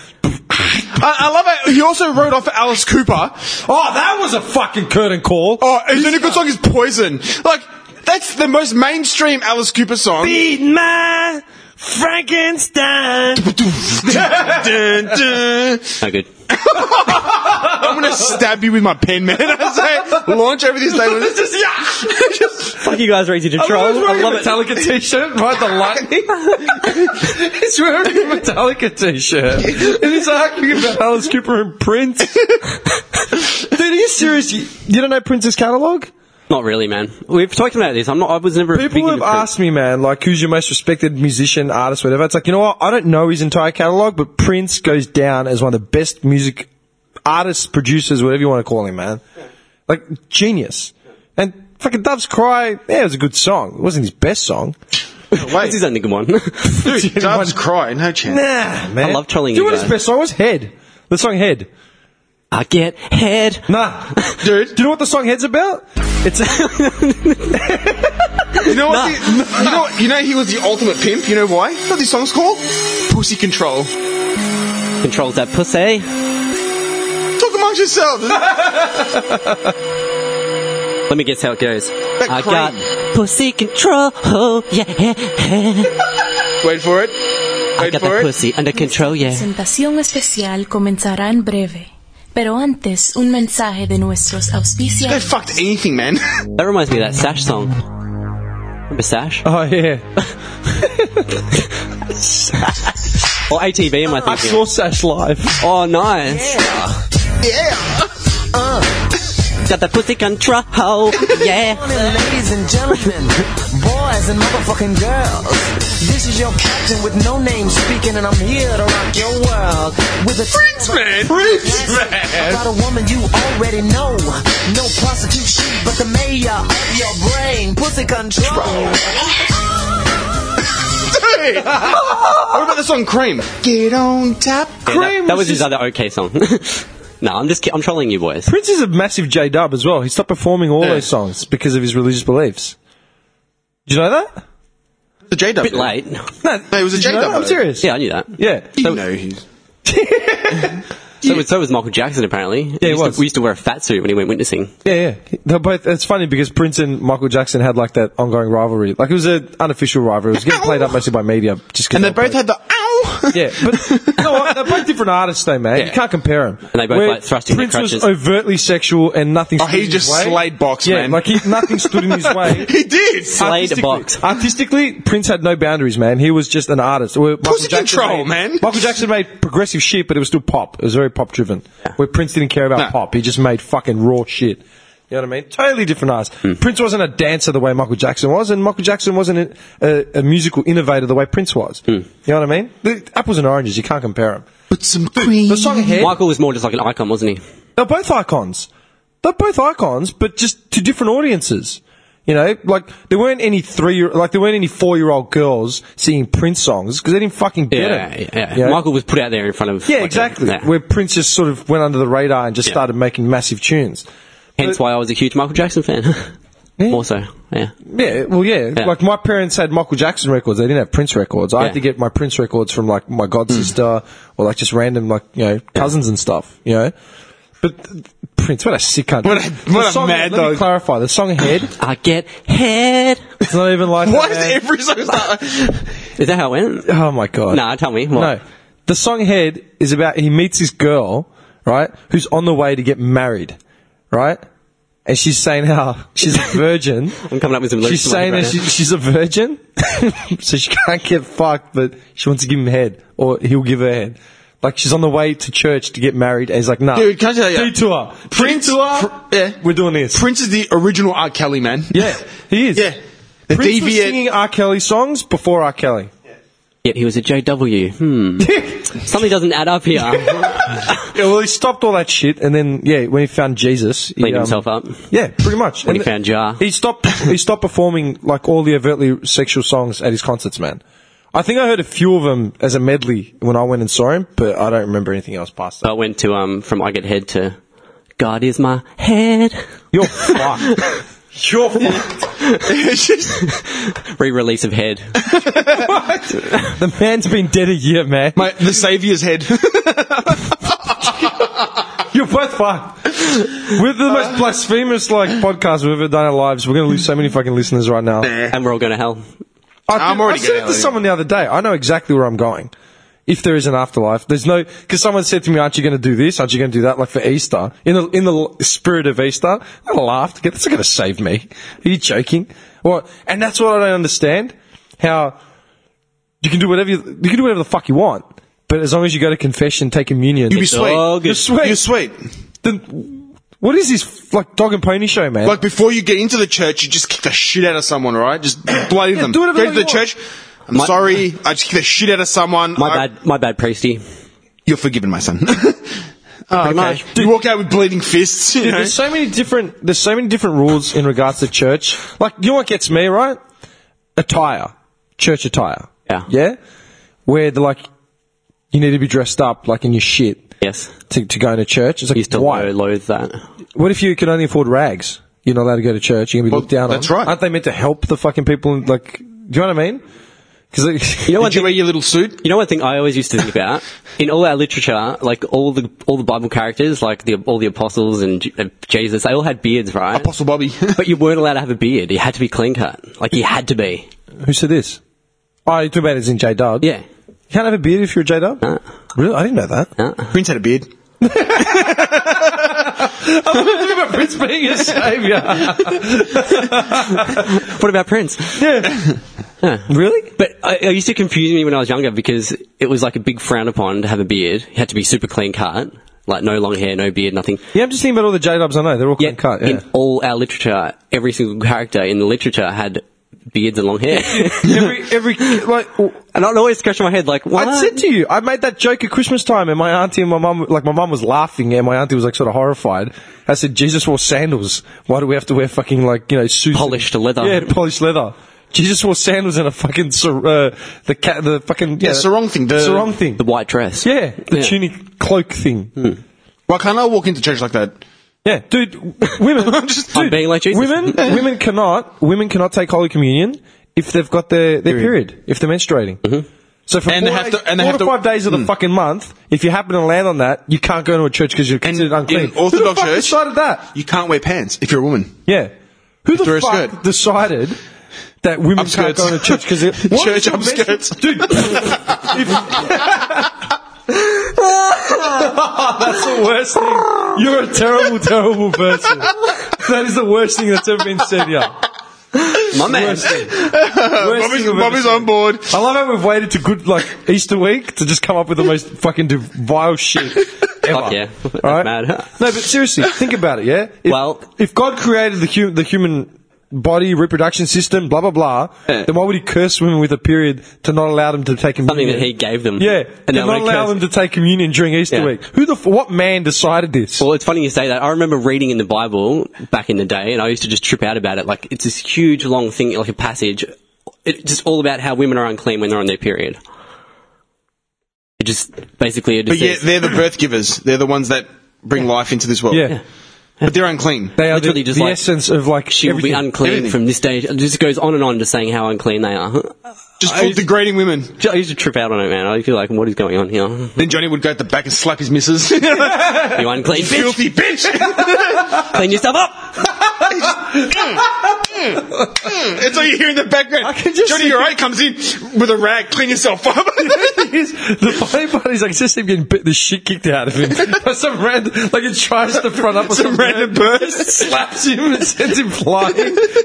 S5: I, I love it. He also wrote off Alice Cooper.
S2: Oh, that was a fucking curtain call.
S5: Oh, his only good song is Poison. Like, that's the most mainstream Alice Cooper song. *laughs*
S2: Beat my
S3: *laughs*
S2: Frankenstein.
S3: Oh,
S5: Dun, dun.
S3: No good.
S5: I'm gonna stab you with my pen, man. *laughs* I say, launch over this day. Let's just, yeah. *laughs* Just-
S3: Fuck you guys are easy to troll.
S2: I was
S3: I
S2: wearing
S3: love
S2: a
S3: it.
S2: Metallica t-shirt, right? The lightning. *laughs* he's wearing a Metallica t-shirt. And he's arguing about Alice Cooper and *laughs* Prince. Dude, are you serious? You, you don't know Prince's catalogue?
S3: Not really, man. We've talked about this. I'm not. I was never. a big
S2: People have
S3: into Prince.
S2: asked me, man, like, who's your most respected musician, artist, whatever. It's like, you know what? I don't know his entire catalogue, but Prince goes down as one of the best music artists, producers, whatever you want to call him, man. Like, genius. And fucking Doves Cry, yeah, it was a good song. It wasn't his best song.
S3: This is only good one. *laughs*
S4: Dude, doves cry, no chance.
S2: Nah, man.
S3: I love trolling
S2: Do
S3: you
S2: you know what his
S3: guys.
S2: best song was? Head. The song Head.
S3: I get head.
S2: Nah. *laughs*
S4: Dude.
S2: Do you know what the song Head's about? It's
S5: you know what? the- you know. what- You know he was the ultimate pimp. You know why? You know what this song's called? Pussy Control.
S3: Controls that pussy.
S5: Talk amongst yourselves.
S3: Let me guess how it goes. I
S5: cream.
S3: got pussy control. Oh yeah. *laughs*
S4: Wait for it.
S3: I
S4: Wait
S3: got
S4: for
S3: that
S4: it.
S3: pussy under control. Yeah.
S6: presentación especial comenzará en breve, pero antes un mensaje de nuestros
S5: They
S6: auspiciadores.
S5: fucked anything, man.
S3: That reminds me of that Sash song. Remember Sash?
S2: oh yeah. *laughs*
S3: Or ATV? Am I
S2: I
S3: thinking?
S2: saw Sash live.
S3: Oh nice.
S5: yeah.
S2: Uh.
S3: Got that pussy control.
S2: *laughs*
S3: Yeah.
S7: morning, ladies and gentlemen, boys and motherfucking girls. This is your captain with no name speaking, and I'm here to rock your world with a Prince man. Prince man. About a woman you already know. No prostitute shit, but the mayor of your brain. Pussy control.
S5: Dude. *laughs* what about the song Cream? Get on top,
S3: Yeah, that-
S5: Cream.
S3: that, was his other okay song. *laughs* no, I'm just ki- I'm trolling you boys.
S2: Prince is a massive J Dub as well. He stopped performing all those songs because of his religious beliefs. Do you know that?
S5: the J
S3: Bit late.
S5: No, it was a
S2: Did you
S5: J
S2: know that?
S5: Dub.
S2: I'm serious.
S3: Yeah, I knew that.
S2: Yeah.
S5: You know he's.
S3: So, was, so was Michael Jackson apparently. Yeah,
S2: he
S3: used
S2: was.
S3: To, we used to wear a fat suit when he went witnessing.
S2: Yeah, yeah. They're both. It's funny because Prince and Michael Jackson had like that ongoing rivalry. Like it was an unofficial rivalry. It was getting
S5: *laughs*
S2: played up mostly by media. Just 'cause
S5: And they
S2: they're
S5: both had the ow.
S2: Yeah, but you know what? They're both different artists, though, man. You can't compare them.
S3: And they both, like, thrust in their
S2: Prince was
S3: crutches.
S2: overtly sexual and nothing.
S5: Oh,
S2: stood
S5: he
S2: in
S5: just
S2: his way.
S5: slayed box,
S2: yeah,
S5: man.
S2: like he, nothing stood in his
S5: *laughs*
S2: way.
S5: *laughs* he did.
S3: Slayed the
S2: Artistically- *laughs*
S3: box.
S2: Artistically, Prince had no boundaries, man. He was just an artist. Where Michael
S5: Pussy
S2: Jackson
S5: control,
S2: made-
S5: man.
S2: Michael Jackson made progressive shit, but it was still pop. It was very pop driven. Where Prince didn't care about
S5: No.
S2: pop. He just made fucking raw shit. You know what I mean? Totally different artists. Prince wasn't a dancer the way Michael Jackson was, and Michael Jackson wasn't a, a, a musical innovator the way Prince was. You know what I mean? The apples and oranges, you can't compare them.
S5: Put some cream.
S2: The song Head,
S3: Michael was more just like an icon, wasn't he?
S2: they're both icons. They're both icons, but just to different audiences. You know, like there weren't any three, year, like there weren't any four-year-old girls singing Prince songs because they didn't fucking get
S3: Yeah,
S2: it.
S3: yeah, yeah.
S2: You know?
S3: Michael was put out there in front of.
S2: yeah,
S3: like, a-
S2: exactly.
S3: yeah.
S2: Where Prince just sort of went under the radar and just
S3: Yeah.
S2: started making massive tunes.
S3: Hence why I was a huge Michael Jackson fan. *laughs* More so, yeah.
S2: Yeah, well, yeah.
S3: Yeah.
S2: Like my parents had Michael Jackson records; they didn't have Prince records. I
S3: Yeah.
S2: had to get my Prince records from like my god sister or like just random like you know cousins and stuff. You know, but th- Prince, what a sick cunt!
S5: What a-
S2: The
S5: what a
S2: song-
S5: mad
S2: let
S5: dog.
S2: Me clarify the song ahead.
S3: I get head.
S2: It's not even
S5: *laughs*
S2: like
S5: Why
S2: that,
S5: is
S2: man.
S5: every song start?
S3: Is that how it went?
S2: Oh my god!
S3: Nah, tell me. What?
S2: no. The song head is about he meets this girl, right, who's on the way to get married, right, and she's saying how *laughs* she's a virgin.
S3: *laughs* I'm coming up with some lyrics.
S2: She's
S3: to my
S2: saying that
S3: brother.
S2: she, she's a virgin, *laughs* so she can't get fucked, but she wants to give him head, or he'll give her head. Like she's on the way to church to get married, and he's like, "Nah,
S5: Dude, can I tell ya?
S2: detour,
S5: Prince-
S2: detour,
S5: Pr- yeah.
S2: we're doing this."
S5: Prince is the original R. Kelly, man.
S2: yeah, he is.
S5: Yeah. The
S2: Prince was
S5: deviant-
S2: singing R. Kelly songs before R. Kelly.
S3: Yet he was a JW. Hmm. *laughs* Something doesn't add up *laughs* here.
S2: Yeah, well, he stopped all that shit, and then yeah, when he found Jesus, he
S3: Cleaned
S2: um,
S3: himself up.
S2: Yeah, pretty much.
S3: When
S2: And
S3: he found
S2: th-
S3: Jar.
S2: he stopped. He stopped performing like all the overtly sexual songs at his concerts, man. I think I heard a few of them as a medley when I went and saw him, but I don't remember anything else past
S3: So I
S2: that.
S3: went to um from I get head to God is my head. *laughs*
S2: You're fucked. You're fucked.
S5: It's *laughs* just-
S3: Re-release of *laughs* head.
S2: The man's been dead a year, man.
S5: my, the Saviour's head.
S2: You're both fucked. We're the most blasphemous like podcast we've ever done in our lives. We're gonna lose so many fucking listeners right now.
S3: and we're all going to hell.
S2: I,
S5: I'm already
S2: I said
S5: gonna
S2: it to
S5: leave.
S2: someone the other day. I know exactly where I'm going. if there is an afterlife. There's no because someone said to me, "Aren't you going to do this? Aren't you going to do that?" Like for Easter, in the in the spirit of Easter, I laughed. That's not going to save me. Are you joking? Well, and that's what I don't understand. How you can do whatever you, you can do whatever the fuck you want, but as long as you go to confession, take communion,
S5: You'd be sweet.
S3: all good.
S5: You're sweet.
S2: You're
S5: You're sweet.
S2: then what is this like dog and pony show, man?
S5: Like before you get into the church, you just kick the shit out of someone, right? Just bloody them.
S2: do whatever
S5: Go
S2: the
S5: to the
S2: hell you want.
S5: church. I'm
S3: My-
S5: sorry. I just kicked the shit out of someone.
S3: My
S5: I-
S3: bad, my bad, priesty.
S5: You're forgiven, my son. *laughs* oh,
S3: much.
S5: You walk out with bleeding fists. You
S2: Dude,
S5: know?
S2: there's so many different there's so many different rules in regards to church. Like you know what gets me right? Attire, church attire.
S3: Yeah.
S2: yeah. Where they're like, you need to be dressed up like in your shit
S3: Yes,
S2: to, to go into church. It's like
S3: you still
S2: why?
S3: lo- loathe that.
S2: What if you can only afford rags? You're not allowed to go to church. You're gonna be
S5: Well,
S2: looked down
S5: that's
S2: on.
S5: right.
S2: Aren't they meant to help the fucking people? and, Like, do you know what I mean? *laughs* Because you know
S5: Did you wear your little suit?
S3: You know one thing I always used to think *laughs* about in all our literature, like all the all the Bible characters, like the all the apostles and J- uh, Jesus, they all had beards, right?
S5: Apostle Bobby. *laughs*
S3: But you weren't allowed to have a beard. You had to be clean cut. Like you had to be.
S2: who said this? Oh, you talking about it's in J Dub?
S3: Yeah.
S2: You can't have a beard if you're a J Dub.
S3: No.
S2: Really? I didn't know that.
S5: Prince had
S2: *laughs*
S5: a beard.
S2: about Prince being a savior.
S3: What about Prince?
S2: really?
S3: But I, it used to confuse me when I was younger because it was like a big frown upon to have a beard. You had to be super clean cut, like no long hair, no beard, nothing.
S2: Yeah, I'm just thinking about all the J Dubs I know. They're all clean
S3: Yet
S2: cut. Yeah.
S3: in all our literature, every single character in the literature had beards and long hair.
S2: *laughs* every every like.
S3: and I'd always scratch my head like, why?
S2: I said to you, I made that joke at Christmas time, and my auntie and my mum, like my mum was laughing, and my auntie was like sort of horrified. I said, Jesus wore sandals. Why do we have to wear fucking like you know suits?
S3: Polished leather.
S2: Yeah, polished leather. Jesus wore sandals and a fucking sor- uh, the cat the fucking yeah,
S5: sarong thing, the-
S2: sarong thing.
S3: the white dress.
S2: yeah, the
S3: Yeah. Hmm.
S2: tunic cloak thing.
S5: Why can't I walk into church like that?
S2: Yeah, dude, w- women. *laughs*
S5: just-
S2: dude,
S3: I'm being like Jesus. *laughs*
S2: Women, women cannot, women cannot take Holy Communion if they've got their, their period. if they're menstruating.
S3: Mm-hmm.
S2: So for
S5: And
S2: four,
S5: they have
S2: days-
S5: to- and they
S2: four
S5: have
S2: to
S5: to-
S2: five days of the
S5: Mm.
S2: fucking month, if you happen to land on that, you can't go into a church because you're considered unclean.
S5: in Orthodox
S2: Who the fuck
S5: church-
S2: decided that?
S5: You can't wear pants if you're a woman.
S2: Yeah. Who
S5: Through
S2: the
S5: a
S2: fuck
S5: skirt.
S2: decided that women can't
S5: Upskirts.
S2: go into church because
S5: Church upskirts.
S2: dude? if- that's the worst thing. You're a terrible, terrible person. That is the worst thing that's ever been said. Yeah,
S3: My
S2: *laughs*
S3: man.
S2: Worst
S5: Bobby's,
S2: thing I've ever
S5: Bobby's
S2: seen.
S5: on board.
S2: I love how we've waited to good like Easter week to just come up with the most fucking div- vile shit ever.
S3: Fuck yeah. That's
S2: All right?
S3: mad.
S2: No, but seriously, think about it. Yeah. If,
S3: Well-
S2: if God created the human the human body reproduction system, blah blah blah,
S3: Yeah.
S2: then why would He curse women with a period to not allow them to take
S3: Something
S2: communion?
S3: that he gave them.
S2: Yeah,
S3: And
S2: and to not
S3: now when it
S2: allow
S3: comes-
S2: them to take communion during Easter
S3: Yeah.
S2: week. Who the f- what man decided this?
S3: Well, it's funny you say that. I remember reading in the Bible back in the day, and I used to just trip out about it. Like, it's this huge, long thing, like a passage. It's just all about how women are unclean when they're on their period. It just basically it
S5: But
S3: just
S5: yeah,
S3: says,
S5: they're the birth givers. They're the ones that bring life into this world.
S2: yeah.
S5: But they're unclean.
S2: They are
S3: Literally
S2: the,
S3: just
S2: the
S3: like,
S2: essence of like
S3: she will be
S2: everything.
S3: unclean
S5: Everything.
S3: from this day. It just goes on and on, just saying how unclean they are.
S5: Just called degrading women.
S3: I used to trip out on it, man. I feel like, what is going on
S5: *laughs*
S3: here?
S5: Then Johnny would go at the back and slap his
S2: *laughs*
S5: missus. *laughs*
S3: You unclean bitch,
S5: Filthy bitch!
S3: clean yourself up.
S5: That's all you hear in the background.
S2: I can just
S5: Johnny,
S2: see-
S5: you're right, comes in with a rag, clean
S2: *laughs*
S5: yourself up.
S2: He's- the funny part is, like, just him getting bit the shit kicked out of
S5: *laughs*
S2: him. By some random, like, it tries to front up with
S5: Some random
S2: bird,
S5: bird.
S2: slaps him
S5: *laughs*
S2: and sends him flying.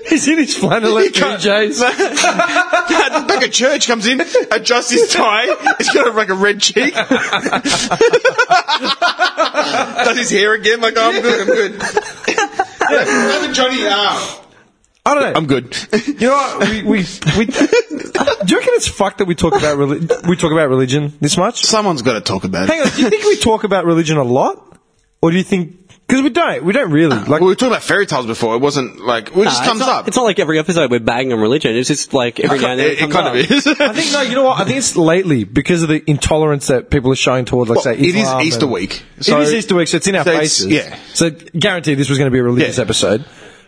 S2: He's in his flannelette
S5: can't-
S2: PJs.
S5: at the back of church comes in, adjusts his tie. He's got like a red cheek. Does his hair again? Like, oh, I'm good, I'm good. That's a Johnny R.
S2: I don't know.
S5: I'm good.
S2: you know what? We, we,
S5: *laughs*
S2: we, do you reckon it's fucked that we talk about reli- we talk about religion this much?
S5: Someone's got to talk about it.
S2: Hang on, do you think we talk about religion a lot, or do you think? Because we don't, we don't really. Like,
S5: Well, we were talking about fairy tales before. It wasn't like it just
S3: Nah,
S5: comes
S3: it's not,
S5: up.
S3: It's not like every episode we're banging on religion. It's just like every now and then it,
S5: it, it
S3: comes
S5: kind
S3: up.
S5: of is. *laughs*
S2: I think no, you know what? I think it's lately because of the intolerance that people are showing toward, like,
S5: Well,
S2: say,
S5: it is
S2: Islam
S5: Easter
S2: and-
S5: week, so-
S2: it is Easter week, so it's in our
S5: so it's-
S2: faces.
S5: yeah.
S2: So guaranteed, this was going to be a religious
S5: Yeah.
S2: episode,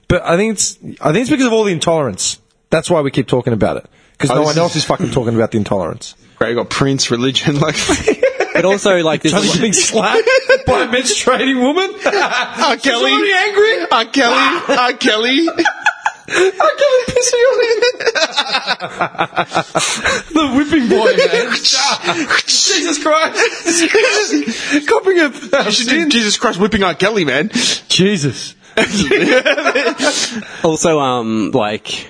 S2: but I think it's I think it's because of all the intolerance. That's why we keep talking about it because
S5: Oh,
S2: no
S5: this
S2: one
S5: is-
S2: else is fucking talking about the intolerance.
S5: Greg got Prince religion.
S3: *laughs*
S5: Like,
S3: But also,
S5: *laughs*
S3: like, there's a
S2: Johnny's
S3: lot-
S2: being slapped by a menstruating woman.
S5: R. Oh, Kelly.
S2: already angry?
S3: *laughs*
S5: R. Kelly. R. Kelly. *laughs*
S2: The whipping boy, *laughs* man.
S5: *laughs* Jesus Christ!
S2: Copying it.
S5: *laughs* you should do Jesus Christ whipping R. Kelly, man.
S2: Jesus.
S3: Also, um, like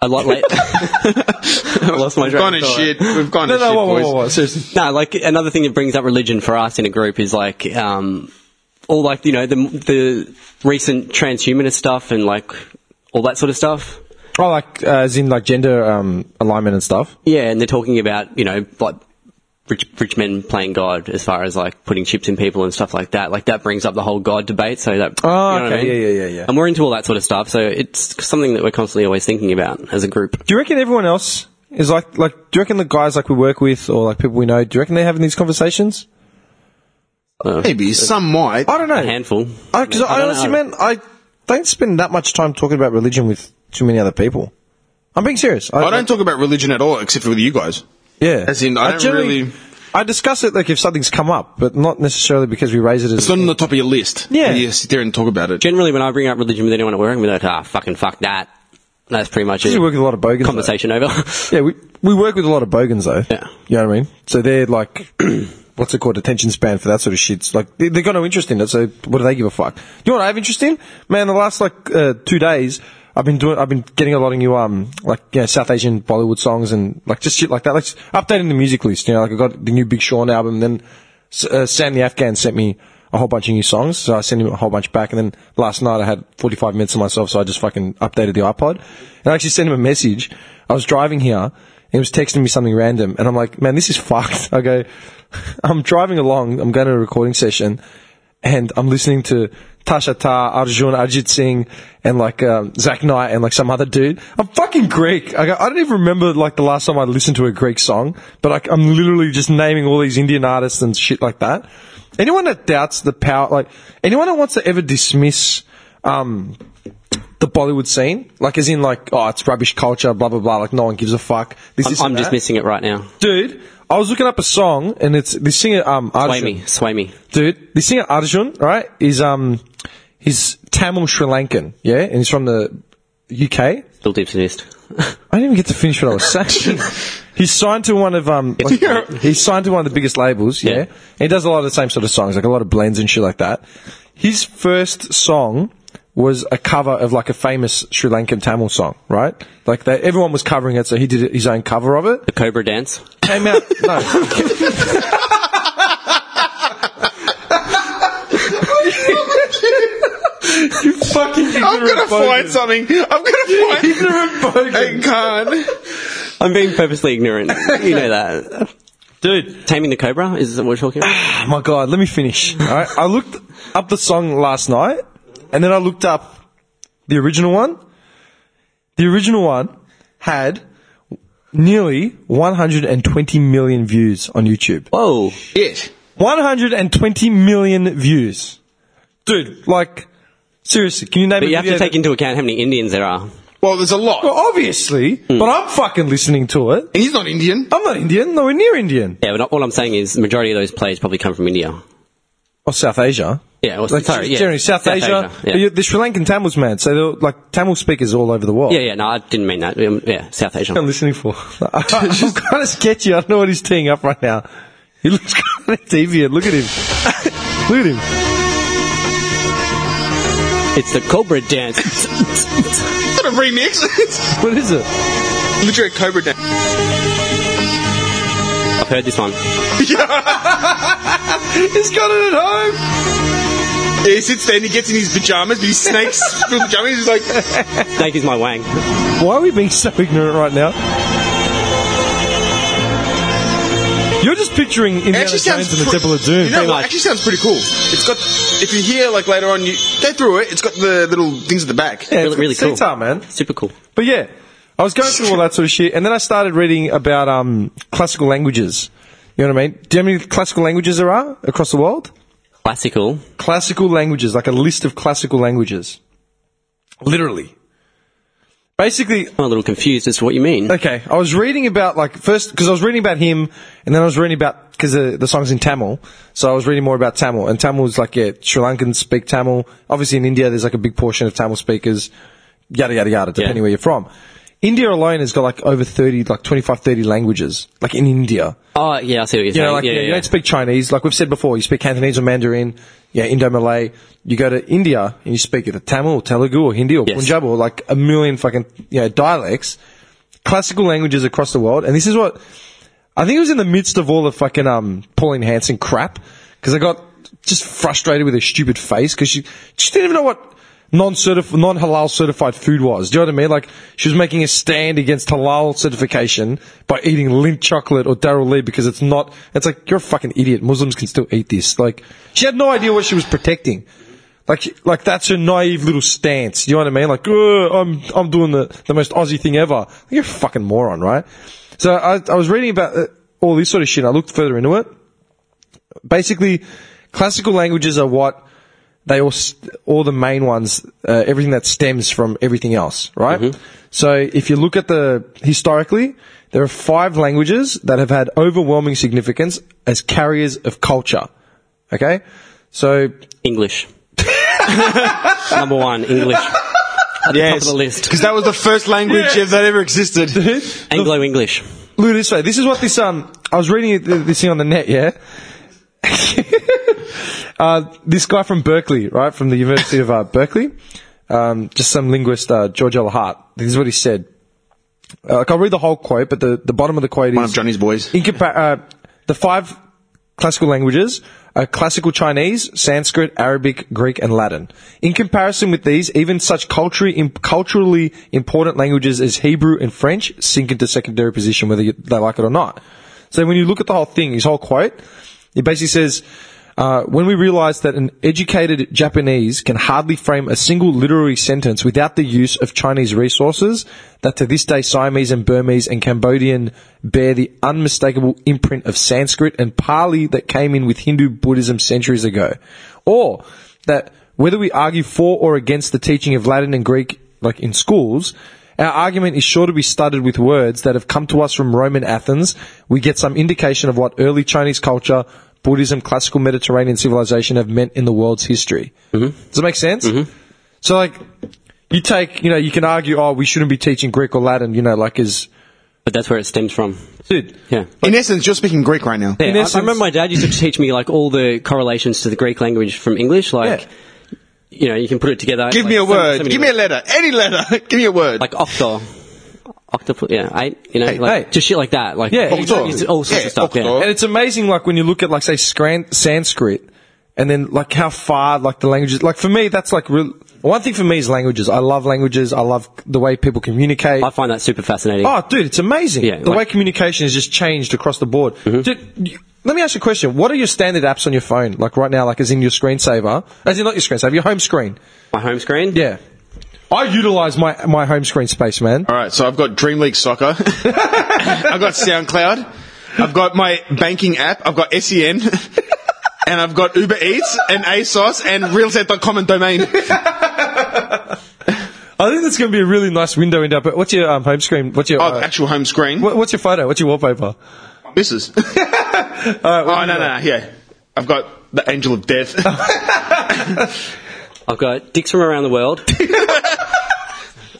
S3: a
S8: *laughs*
S3: lot late. I *laughs* lost my train
S5: Gone
S3: of
S5: as
S3: thought.
S5: shit. We've gone
S2: No,
S5: as
S2: no,
S5: shit,
S2: whoa, whoa,
S5: boys.
S2: whoa, whoa. Seriously.
S3: No, like another thing that brings up religion for us in a group is like um, all like you know the the recent transhumanist stuff and like all that sort of stuff.
S8: Oh, like uh, as in like gender um, alignment and stuff.
S3: Yeah, and they're talking about you know like rich rich men playing God as far as like putting chips in people and stuff like that. Like that brings up the whole God debate. So that
S8: Oh,
S3: you know what I
S8: okay,
S3: mean?
S8: yeah, yeah, yeah, yeah.
S3: And we're into all that sort of stuff. So it's something that we're constantly always thinking about as a group.
S2: Do you reckon everyone else is like, like, do you reckon the guys like we work with or like people we know, do you reckon they're having these conversations?
S3: Uh,
S5: Maybe some might.
S2: I don't know.
S3: a handful.
S2: I, Oh, cause I,
S3: don't
S2: honestly,
S3: know.
S2: man, I don't spend that much time talking about religion with too many other people. I'm being serious.
S5: I don't talk about religion at all, except for with you guys.
S2: Yeah.
S5: As in, I don't
S2: generally-
S5: really-
S2: I discuss it like if something's come up, but not necessarily because we raise it as.
S5: It's not on the top of your list.
S2: Yeah.
S5: You sit there and talk about it.
S3: Generally, when I bring up religion with anyone at work, I'm like, ah, fucking fuck that. That's pretty much
S2: we
S3: it.
S2: work with a lot of bogans. though.
S3: Conversation
S2: *laughs*
S3: over.
S2: Yeah, we we work with a lot of bogans though.
S3: Yeah.
S2: You know what I mean? So they're like, *clears throat* what's it called? Attention span for that sort of shit. It's like they, they've got no interest in it. So what do they give a fuck? You know what I have interest in? Man, the last like uh, two days. I've been doing. I've been getting a lot of new, um, like you know, South Asian Bollywood songs and like just shit like that. Like just updating the music list. You know, like I got the new Big Sean album. Then S- uh, Sam the Afghan sent me a whole bunch of new songs, so I sent him a whole bunch back. And then last night I had 45 minutes to myself, so I just fucking updated the iPod. And I actually sent him a message. I was driving here, and he was texting me something random, and I'm like, man, this is *laughs* fucked. I go, I'm driving along, I'm going to a recording session, and I'm listening to Tasha Ta, Arjun, Ajit Singh, and like um, Zach Knight, and like some other dude. I'm fucking Greek. I, go, I don't even remember like the last time I listened to a Greek song, but like I'm literally just naming all these Indian artists and shit like that. Anyone that doubts the power, like anyone that wants to ever dismiss um, the Bollywood scene, like as in like oh it's rubbish culture, blah blah blah, like no one gives a fuck. This
S3: I'm,
S2: is
S3: I'm just missing it right now.
S2: dude. I was looking up a song, and it's this singer um,
S3: Sway
S2: Arjun
S3: me, sway me.
S2: dude. The singer Arjun, right, is um, he's Tamil Sri Lankan, yeah, and he's from the UK.
S3: Still deep sadist.
S2: I didn't even get to finish what I was saying. he's signed to one of um, like- he's signed to one of the biggest labels, yeah.
S3: Yeah.
S2: And he does a lot of the same sort of songs, like a lot of blends and shit like that. His first song was a cover of like a famous Sri Lankan Tamil song, right? Like that, everyone was covering it, so he did his own cover of it
S3: The Cobra dance.
S2: came out. No. you fucking
S5: I'm gonna find something. I'm gonna find. I can't.
S3: I'm being
S2: *laughs*
S3: purposely ignorant. You know that.
S2: Dude.
S3: Taming the Cobra? Is that what we're
S2: *sighs*
S3: talking about?
S2: Oh my god, let me finish. Alright, I looked up the song last night, and then I looked up the original one. The original one had nearly 120 million views on YouTube.
S3: Whoa.
S2: 120 million views. Dude, like, seriously, can you name
S3: But
S2: a
S3: you have to
S2: video
S3: take into account how many Indians there are.
S5: Well, there's a lot.
S2: Well, obviously, but I'm fucking listening to it.
S5: and he's not Indian.
S2: I'm not Indian, nowhere near Indian.
S3: Yeah, but all I'm saying is the majority of those plays probably come from India.
S2: Or South Asia.
S3: Yeah, or,
S2: Like,
S3: sorry, yeah.
S2: generally South, Asia.
S3: yeah.
S2: But you're- The Sri Lankan Tamils, man. So they're like Tamil speakers all over the world.
S3: yeah, yeah, no, I didn't mean that. Um, Yeah, South Asia.
S2: What I'm listening
S3: *laughs*
S2: for. *laughs* I'm kind of sketchy. I don't know what he's teeing up right now. He looks *laughs* kind of deviant. Look at him. *laughs* Look at him.
S3: It's the Cobra dance. *laughs*
S5: Is that a remix? *laughs* It's
S2: What is it?
S5: literally a Cobra dance.
S3: I've heard this one.
S2: He's got it at home.
S5: Yeah, he sits there and he gets in his pajamas, but he snakes through the pajamas. He's like,
S3: Snake is my wang.
S2: Why are we being so ignorant right now? You're just picturing
S5: it
S2: Indiana
S5: actually sounds
S2: Jones and the
S5: pre-
S2: Temple of Doom.
S5: You know,
S3: pretty
S5: what?
S3: much.
S5: actually sounds pretty cool. It's got. If you hear like later on, you go through it. It's got the little things at the back.
S2: yeah,
S3: Really, really cool.
S2: Sitar, man.
S3: Super cool.
S2: But yeah, I was going through all that sort of shit, and then I started reading about um, classical languages. You know what I mean? Do you know how many classical languages there are across the world?
S3: Classical.
S2: Classical languages, like a list of classical languages. Literally. Basically,
S3: I'm a little confused as to what you mean.
S2: okay, I was reading about, like, first, because I was reading about him, and then I was reading about, because the, the song's in Tamil, so I was reading more about Tamil, and Tamil is like, yeah, Sri Lankans speak Tamil. Obviously, in India, there's like a big portion of Tamil speakers. yada yada yada, depending
S3: Yeah.
S2: where you're from. India alone has got like over 30, like 25, 30 languages, like in India.
S3: Oh, yeah, I see what you're
S2: You
S3: saying.
S2: know, like
S3: yeah,
S2: you, know,
S3: yeah,
S2: you don't speak Chinese. Like we've said before, you speak Cantonese or Mandarin, yeah, Indo Malay. You go to India and you speak either Tamil or Telugu or Hindi or
S3: Yes.
S2: Punjabi or like a million fucking you know dialects, classical languages across the world. And this is what I think it was in the midst of all the fucking um Pauline Hanson crap because I got just frustrated with her stupid face because she she didn't even know what. Non-certif- non-halal certified food was. Do you know what I mean? Like she was making a stand against halal certification by eating lint chocolate or Daryl Lee because it's not. It's like you're a fucking idiot. Muslims can still eat this. Like she had no idea what she was protecting. Like, like that's a naive little stance. You know what I mean? Like, "Oh, I'm, I'm doing the, the most Aussie thing ever. You're a fucking moron, right? So I, I was reading about uh, all this sort of shit. I looked further into it. Basically, classical languages are what they all, s- all the main ones, uh, everything that stems from everything else, right? So if you look at the, historically, there are five languages that have had overwhelming significance as carriers of culture. Okay? So *laughs*
S3: English. Number one, English. At the top of the list.
S5: Because that was the first language that ever existed.
S3: Anglo English.
S2: Look at it this way. This is what this um. I was reading th- this thing on the net. Yeah. *laughs* uh, this guy from Berkeley, right from the University of uh, Berkeley, um, just some linguist, uh, George L. Hart. This is what he said. Uh, like I'll read the whole quote, but the, the bottom of the quote is
S5: One of Johnny's boys.
S2: Incompa- uh, the five classical languages are classical Chinese, Sanskrit, Arabic, Greek, and Latin. In comparison with these, even such culturally, im- culturally important languages as Hebrew and French sink into secondary position, whether you, they like it or not. So when you look at the whole thing, his whole quote, it basically says, uh, when we realize that an educated Japanese can hardly frame a single literary sentence without the use of Chinese resources, that to this day Siamese and Burmese and Cambodian bear the unmistakable imprint of Sanskrit and Pali that came in with Hindu Buddhism centuries ago. Or that whether we argue for or against the teaching of Latin and Greek, like in schools, our argument is sure to be studded with words that have come to us from Roman Athens. We get some indication of what early Chinese culture, Buddhism, classical Mediterranean civilization have meant in the world's history. Does that make sense? So, like, you take, you know, you can argue, oh, we shouldn't be teaching Greek or Latin, you know, like, is.
S3: But that's where it stems from.
S2: Dude.
S3: Yeah.
S5: In essence, you're speaking Greek right now.
S3: Yeah,
S2: In
S3: I-
S2: essence-
S3: I, remember my dad used to teach me like all the correlations to the Greek language from English. Like, you know, you can put it together.
S5: Give
S3: like,
S5: me a
S3: so-
S5: word.
S3: so many
S5: Give me a
S3: words.
S5: letter. Any letter. *laughs* Give me a word.
S3: like octo, octopus. Yeah, I, you know,
S2: Hey,
S3: like
S2: hey.
S3: just shit like that. Like,
S2: Yeah,
S3: it's-
S5: octo.
S3: it's all sorts
S5: Yeah,
S3: of stuff.
S5: octo.
S2: And it's amazing, like, when you look at, like, say, Scran- Sanskrit, and then, like, how far, like, the languages. Like, for me, that's, like, real. One thing for me is languages. I love languages. I love the way people communicate.
S3: Yeah. I find that super fascinating.
S2: Oh, dude, it's amazing.
S3: Yeah,
S2: the
S3: like-
S2: way communication has just changed across the board. Dude, you- let me ask you a question. What are your standard apps on your phone, like right now, like as in your screensaver? As in, not your screensaver, your home screen.
S3: My home screen.
S2: Yeah. I utilize my, my home screen space, man.
S5: All right, so I've got Dream League Soccer. I've got SoundCloud. I've got my banking app. I've got SEN. and I've got Uber Eats and ASOS and realestate.com and domain.
S2: I think that's going to be a really nice window into. But what's your um, home screen? What's your
S5: Oh,
S2: uh,
S5: actual home screen.
S2: what, what's your photo? What's your wallpaper?
S5: This is. oh, no, no, no. Yeah. I've got the Angel of Death.
S3: I've got dicks from around the world.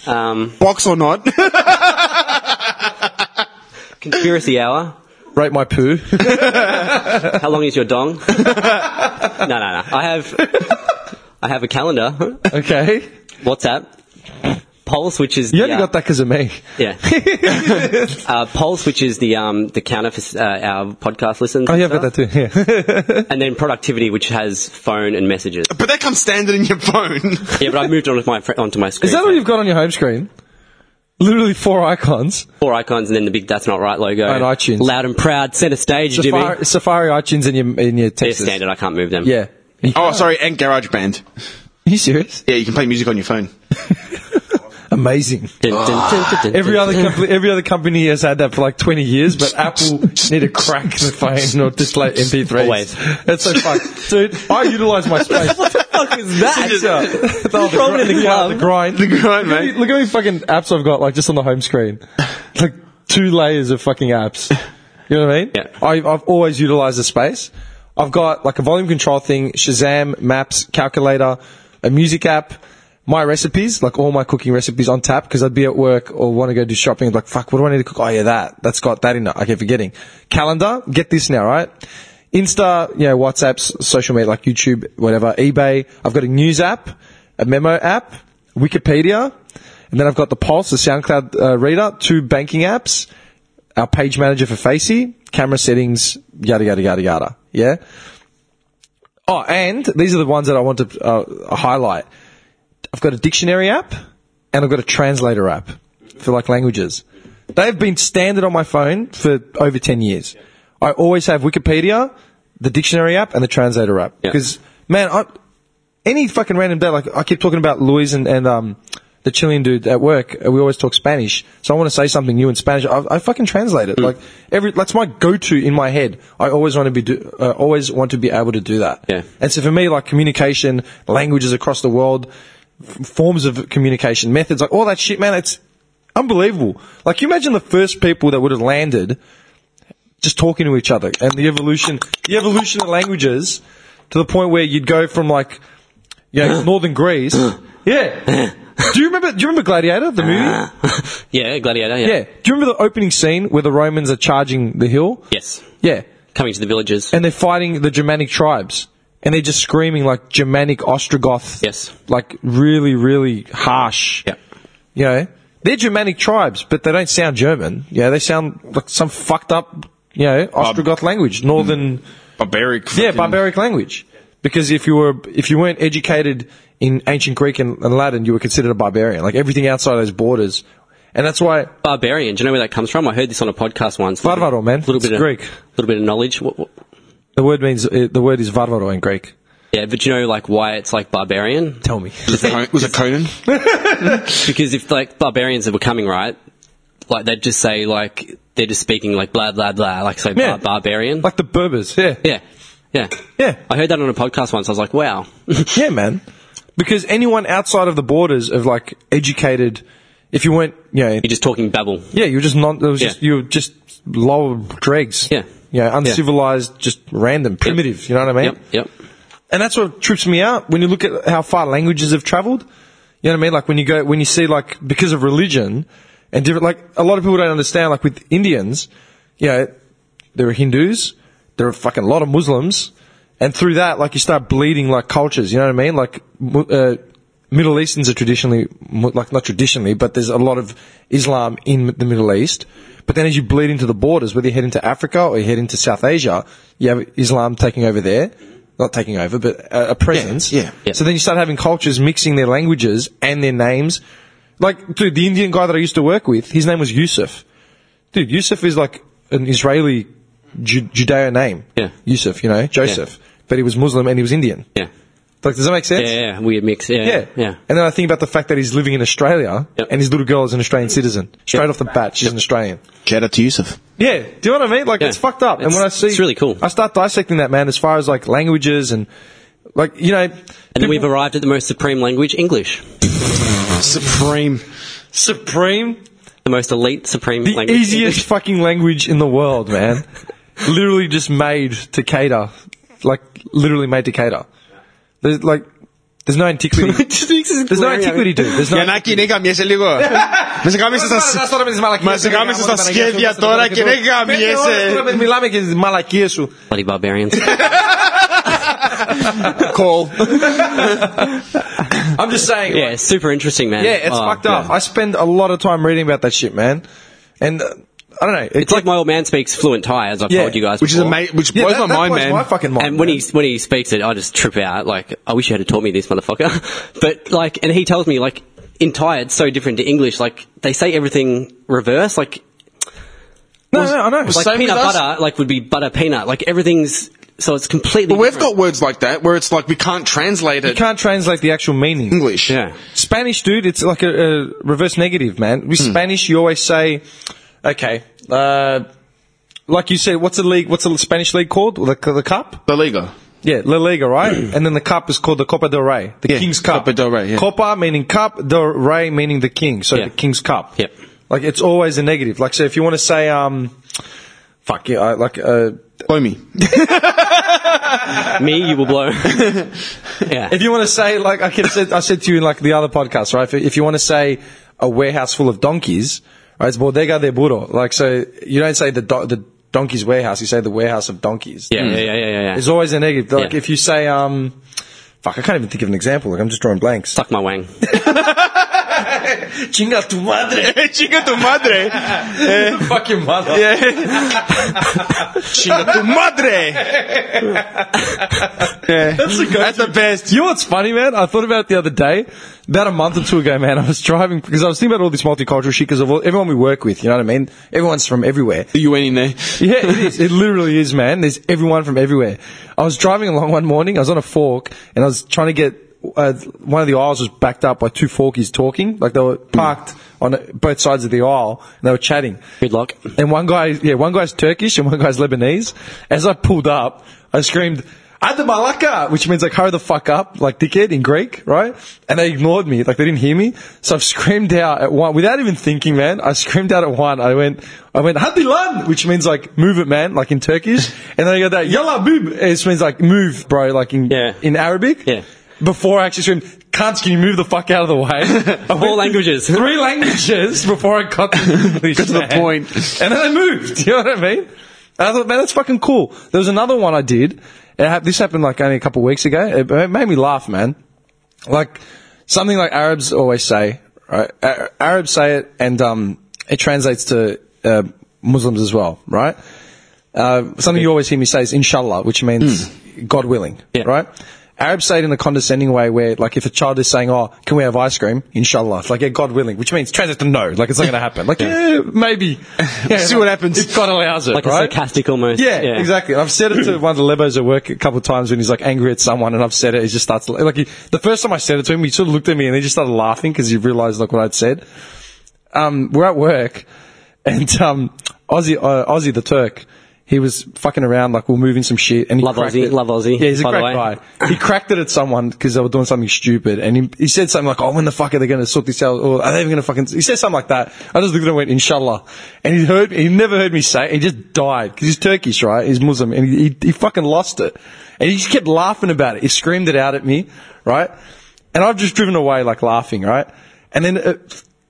S3: um,
S5: Box or not.
S3: conspiracy hour.
S2: Rate my poo. *laughs*
S3: How long is your dong? no, no, no. I have, I have a calendar,
S2: okay.
S3: WhatsApp, Pulse, which is
S2: You
S3: the,
S2: only
S3: uh,
S2: got that because of me.
S3: Yeah.
S2: *laughs*
S3: uh, Pulse, which is the um, the counter for uh, our podcast listens.
S2: Oh,
S3: and
S2: yeah, I've got that
S3: stuff.
S2: too. Yeah.
S3: And then productivity, which has phone and
S2: *laughs*
S3: messages.
S5: but that comes standard in your phone.
S3: yeah, but I've moved on with my fr- onto my screen.
S2: Is that all you've got on your home screen? Literally four icons.
S3: Four icons and then the big "That's Not Right" logo.
S2: And iTunes.
S3: Loud and proud, center stage, Jimmy.
S2: Safari, Safari iTunes in your in your
S3: They're
S2: Texas.
S3: standard. I can't move them.
S2: Yeah.
S5: *laughs* oh, sorry, and GarageBand.
S2: Are you serious?
S5: Yeah, you can play music on your phone.
S2: Amazing.
S3: Dun, dun, dun, dun, dun,
S2: Every
S3: dun.
S2: other company, every other company has had that for like twenty years, but Apple need to crack the phone or display MP3s.
S3: Always.
S2: That's so fun, dude. I utilize my space. what the fuck is that?
S3: Throw it in the club.
S2: the grind.
S5: The grind,
S2: Look at
S5: mate.
S2: me- Look at these fucking apps I've got, like just on the home screen, like two layers of fucking apps. You know what I mean?
S3: Yeah.
S2: I, I've always utilized the space. I've got like a volume control thing, Shazam, Maps, calculator, a music app, my recipes, like all my cooking recipes on tap because I'd be at work or want to go do shopping. Like, fuck, what do I need to cook? Oh yeah, that. That's got that in it. I keep forgetting. Calendar, get this now, right? Insta, you know, WhatsApps, social media like YouTube, whatever, eBay. I've got a news app, a memo app, Wikipedia, and then I've got the Pulse, the SoundCloud uh, reader, two banking apps, our page manager for Facey, camera settings, yada yada yada yada. Yeah. Oh, and these are the ones that I want to uh, highlight. I've got a dictionary app and I've got a translator app for like languages. They've been standard on my phone for over 10 years. I always have Wikipedia, the dictionary app, and the translator app.
S3: Yeah.
S2: Because, man, I, any fucking random day, like I keep talking about Luis and, and um, the Chilean dude at work, uh, we always talk Spanish. So I want to say something new in Spanish. I, I fucking translate it. Like every, that's my go-to in my head. I always want to be, do, uh, always want to be able to do that.
S3: Yeah.
S2: And so for me, like communication, languages across the world, f- forms of communication, methods, like all that shit, man, it's unbelievable. Like you imagine the first people that would have landed just talking to each other and the evolution, the evolution of languages to the point where you'd go from like, you
S3: *clears throat*
S2: know, northern Greece. yeah. Do you remember? Do you remember Gladiator, the
S3: *clears throat*
S2: movie?
S3: Ah. *laughs* yeah, Gladiator. Yeah.
S2: Yeah. Do you remember the opening scene where the Romans are charging the hill?
S3: Yes.
S2: Yeah.
S3: Coming to the villages.
S2: And they're fighting the Germanic tribes, and they're just screaming like Germanic Ostrogoth.
S3: Yes.
S2: Like really, really harsh.
S3: Yeah.
S2: You know, they're Germanic tribes, but they don't sound German. Yeah, they sound like some fucked up, you know, Ostrogoth language, northern.
S4: Mm. Barbaric.
S2: Yeah,
S4: fucking-
S2: barbaric language. Because if you were if you weren't educated in ancient Greek and, and Latin, you were considered a barbarian. Like everything outside those borders, and that's why
S3: Barbarian. Do you know where that comes from? I heard this on a podcast once.
S2: Barbaro, man.
S3: Little
S2: It's
S3: bit of,
S2: Greek.
S3: Little bit of knowledge. What, what-
S2: the word means uh, the word is varvaro in Greek.
S3: yeah, but do you know like why it's like barbarian? *laughs*
S4: *laughs*
S2: Tell me,
S4: Con- Was it Conan?
S3: Because if like barbarians that were coming, right, like they'd just say like they're just speaking like blah blah blah, like say
S2: Yeah.
S3: bar- barbarian.
S2: like the Berbers. Yeah,
S3: yeah, yeah,
S2: yeah,
S3: I heard that on a podcast once. I was like, wow. *laughs*
S2: yeah, man. Because anyone outside of the borders of like educated, if you weren't, you know,
S3: You're just talking babble.
S2: yeah, you were just non, it was just,
S3: Yeah.
S2: you were just lower dregs.
S3: Yeah.
S2: you know, uncivilized, just random, primitive. You know what I mean?
S3: Yep, yep.
S2: and that's what trips me out when you look at how far languages have traveled. You know what I mean? Like when you go, when you see like because of religion and different, like a lot of people don't understand. Like with Indians, you know, there are Hindus, there are fucking lot of Muslims, and through that, like you start bleeding like cultures. You know what I mean? Like mu- uh, Middle Easterns are traditionally, mu- like not traditionally, but there's a lot of Islam in the Middle East. But then as you bleed into the borders, whether you head into Africa or you head into South Asia, you have Islam taking over there. Not taking over, but a, a presence.
S4: yeah.
S3: Yeah.
S2: So then you start having cultures mixing their languages and their names. Like, dude, the Indian guy that I used to work with, his name was Yusuf. Dude, Yusuf is like an Israeli Ju- Judeo name.
S3: Yeah.
S2: Yusuf, you know, Joseph. But he was Muslim and he was Indian.
S3: Yeah.
S2: Like, does that make sense?
S3: Yeah, yeah, weird mix. Yeah,
S2: Yeah.
S3: yeah. yeah.
S2: And then I think about the fact that he's living in Australia
S3: Yep.
S2: and his little girl is an Australian citizen. Straight off the bat, she's an Australian.
S4: Shout out to Yusuf.
S2: Yeah, do you know what I mean? Like
S3: Yeah.
S2: it's fucked up. and
S3: It's-
S2: when I see,
S3: it's really cool.
S2: I start dissecting that man as far as like languages and like you know.
S3: And then we've arrived at the most supreme language, English.
S4: Supreme.
S2: supreme,
S3: The most elite supreme
S2: the
S3: language.
S2: easiest
S3: *laughs* English.
S2: fucking *laughs* language in the world,
S3: *laughs*
S2: man. literally just made to cater, like literally made to cater. There's like, there's no
S3: *laughs*
S2: antiquity. There's no antiquity, dude. There's no.
S5: Yana kinika mi ese *laughs* ligo. Me se kame se
S2: Μας
S5: sa...
S2: τώρα με τις μαλακίες
S5: Μας
S2: σου,
S5: έκαμε
S2: ρε,
S5: στα
S2: γάμο τα
S5: σχέδια
S2: μαλακία σου,
S5: τώρα
S2: τα
S5: και
S2: μαλακία
S5: δεν
S2: σου.
S5: γαμιέσαι.
S2: Πέντε ώρες τώρα με- Μιλάμε για τις μαλακίες σου.
S3: Bloody *laughs* barbarians.
S5: Call.
S2: I'm just saying.
S3: yeah, it's super interesting, man.
S2: Yeah, it's
S3: Oh,
S2: fucked up. I spend a lot of time reading about that shit, man. And uh, I don't know.
S3: It's like my old man speaks fluent Thai, as I've
S2: Yeah,
S3: told you guys.
S5: Which is
S3: before.
S5: amazing. Which
S2: Yeah,
S5: blows
S2: that-
S5: my
S2: that
S5: mind,
S2: blows
S5: man.
S2: My fucking mind.
S3: And when
S2: man.
S3: he when he speaks it, I just trip out. Like, I wish you had taught me this, motherfucker. *laughs* but like, and he tells me like in Thai, it's so different to English. Like, they say everything reverse. Like,
S2: no, no, I know.
S3: like
S4: Same
S3: peanut
S4: with us.
S3: butter, like would be butter peanut. Like everything's so it's completely.
S4: But we've
S3: different.
S4: got words like that where it's like we can't translate
S2: you
S4: it
S2: can't translate the actual meaning.
S5: Hmm.
S4: English.
S3: yeah.
S2: Spanish, dude, it's like a, a reverse negative, man. With Spanish, you always say, okay, uh, like you said, what's the league? What's the Spanish league called? The, the cup?
S4: The Liga.
S2: Yeah, La Liga,
S3: *clears throat*
S2: right? and then the cup is called the Copa del Rey, the
S4: Yeah,
S2: King's Cup.
S4: Copa del Rey, yeah.
S2: Copa meaning cup, del Rey meaning the king, so
S3: Yeah.
S2: the King's Cup.
S3: Yep.
S2: Like it's always a negative. Like so, if you want to say, um, fuck yeah, I- like uh,
S4: Blow me.
S3: Me, you will blow. yeah.
S2: If you want to say, like I could said, I said to you in like the other podcast, right? If, if you want to say a warehouse full of donkeys, right? It's bodega de burro. Like so, you don't say the do- the donkey's warehouse. You say the warehouse of donkeys. Mm.
S3: yeah, yeah, yeah, yeah, yeah.
S2: It's always a negative. Like
S3: Yeah.
S2: if you say, um, fuck, I can't even think of an example. Like I'm just drawing blanks.
S3: Suck my wang.
S2: Chinga tu *laughs* madre.
S5: Chinga
S2: *laughs*
S5: tu madre.
S2: Fuck your mother.
S5: Chinga tu madre.
S2: *laughs* That's, the best. You know what's funny, man? I thought about it the other day, about a month or two ago, man. I was driving because I was thinking about all this multicultural shit because of all, everyone we work with. You know what I mean? Everyone's from everywhere.
S4: The UN in there.
S2: Yeah, it is. It literally is, man. There's everyone from everywhere. I was driving along one morning. I was on a fork and I was trying to get uh, one of the aisles was backed up by two forkies talking, like they were parked on both sides of the aisle and they were chatting.
S3: Good luck.
S2: And one guy, yeah, one guy's Turkish and one guy's Lebanese. As I pulled up, I screamed, "Ad malaka," which means like hurry the fuck up, like dickhead in Greek, right? And they ignored me, like they didn't hear me. So I've screamed out at one without even thinking, man. I screamed out at one. I went, I went "Hadi lan," which means like move it, man, like in
S3: *laughs*
S2: Turkish. and then I got that "Yalla boob," which means like move, bro, like in
S3: Yeah.
S2: in Arabic.
S3: Yeah.
S2: Before I actually screamed, cunts, can you move the fuck out of the
S3: *laughs*
S2: way? I went *laughs*
S3: All
S2: through
S3: languages.
S2: Three languages before I got to
S3: *laughs*
S2: English
S4: Got to the
S2: man.
S4: point.
S2: *laughs* And then I moved. *laughs* You know what I mean? And I thought, man, that's fucking cool. There was another one I did. It hap- this happened like only a couple of weeks ago. It, it made me laugh, man. Like something like Arabs always say, right? A- Arabs say it, and um, it translates to uh, Muslims as well, right? Uh, something you always hear me say is inshallah, which means God willing,
S3: Yeah.
S2: right? Arabs say it in a condescending way where, like, if a child is saying, oh, can we have ice cream? Inshallah. It's like, yeah, God willing, which means translate to no. Like, it's not going to happen. Like, *laughs* yeah, maybe. Yeah,
S5: See
S2: like,
S5: what happens.
S2: If God allows it,
S3: Like
S2: right?
S3: a sarcastic almost.
S2: Yeah, exactly. And I've said *clears throat* it to one of the lebos at work a couple of times when he's like angry at someone, and I've said it. He just starts like he, the first time I said it to him, he sort of looked at me and he just started laughing because he realised like what I'd said. Um, we're at work, *laughs* and um, Aussie, uh, Aussie the Turk, he was fucking around like we we're moving some shit, and he
S3: Love
S2: cracked
S3: Aussie,
S2: it.
S3: love Aussie,
S2: Yeah, he's a
S3: by the
S2: great
S3: way.
S2: guy. He cracked it at someone because they were doing something stupid, and he, he said something like, "Oh, when the fuck are they going to sort this out? Or are they even going to fucking?" He said something like that. I just looked at him and went, "Inshallah," and he heard, he never heard me say. It. He just died because he's Turkish, right? He's Muslim, and he, he, he fucking lost it, and he just kept laughing about it. He screamed it out at me, right? And I've just driven away like laughing, right? And then uh,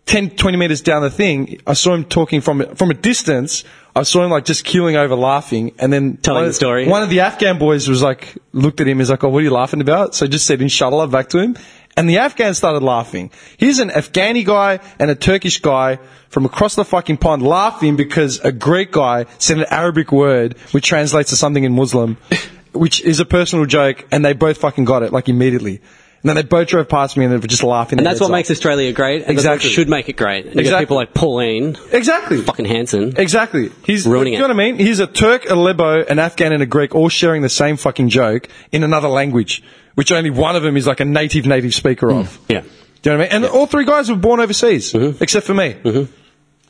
S2: 10, 20 meters down the thing, I saw him talking from from a distance. I saw him like just keeling over laughing, and then
S3: Telling
S2: one-
S3: the story.
S2: One of the Afghan boys was like, looked at him, he's like, oh, what are you laughing about? So just said, inshallah, back to him. And the Afghan started laughing. Here's an Afghani guy and a Turkish guy from across the fucking pond laughing because a Greek guy said an Arabic word which translates to something in Muslim, *laughs* which is a personal joke, and they both fucking got it, like immediately. And then they both drove past me and they were just laughing.
S3: And that's what makes Australia great. And
S2: Exactly.
S3: That's what should make it great. And you got
S2: Exactly.
S3: people like Pauline,
S2: Exactly.
S3: fucking Hanson.
S2: Exactly. He's
S3: Ruining
S2: you know
S3: it.
S2: what I mean? He's a Turk, a Lebo, an Afghan, and a Greek all sharing the same fucking joke in another language, which only one of them is like a native, native speaker of.
S3: Hmm. Yeah. Mm-hmm.
S2: Do you know what I mean? And all three guys were born overseas, except for me.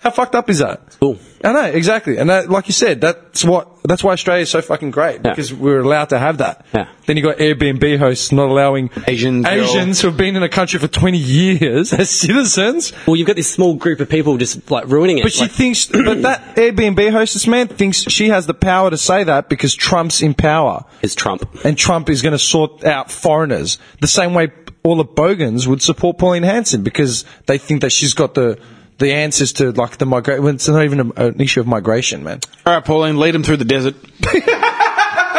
S2: How fucked up is that?
S3: Cool.
S2: I know exactly, and that, like you said, that's what that's why Australia's so fucking great
S3: Yeah.
S2: because we're allowed to have that.
S3: Yeah.
S2: Then you got Airbnb hosts not allowing
S4: Asians,
S2: Asians who have been in a country for twenty years *laughs* as citizens
S3: Well, you've got this small group of people just like ruining it.
S2: but she *clears throat*
S3: Like,
S2: thinks, but that Airbnb hostess man thinks she has the power to say that because Trump's in power
S3: it's Trump.
S2: and Trump is going to sort out foreigners. The same way all the Bogans would support Pauline Hanson because they think that she's got the, the answers to like the migration. It's not even a, an issue of migration, man.
S4: All right, Pauline, lead him through the
S2: *laughs*
S4: desert.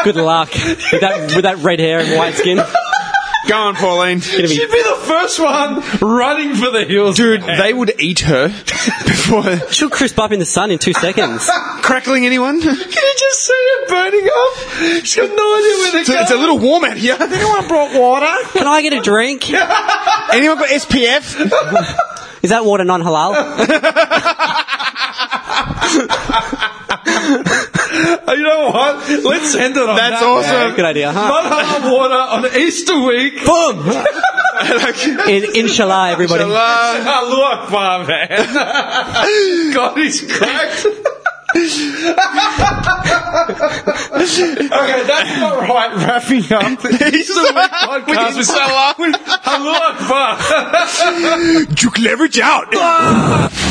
S3: Good luck with that, with that red hair and white skin.
S4: Go on, Pauline.
S2: She'd be the first one running for the hills.
S4: Dude, they would eat her *laughs* before
S3: She'll crisp up in the sun in two seconds.
S4: crackling anyone.
S2: Can you just see it burning up? She's got no idea where they're
S4: It's a, it's a little warm out here.
S2: Anyone brought water?
S3: Can I get a drink?
S4: Anyone got SPF?
S3: Is that water non-halal?
S2: you know what? Let's end it on
S4: That's
S2: that,
S4: awesome.
S2: man.
S3: Good idea, huh?
S2: Not halal water on Easter week.
S3: *laughs* Boom! In, inshallah, everybody.
S2: *laughs*
S4: Hello.
S2: Hello, Akbar, man. God, he's cracked. okay, that's not right. Wrapping up
S4: He's so
S2: podcast with
S4: so long.
S2: Hello, Akbar.
S4: Juke leverage out.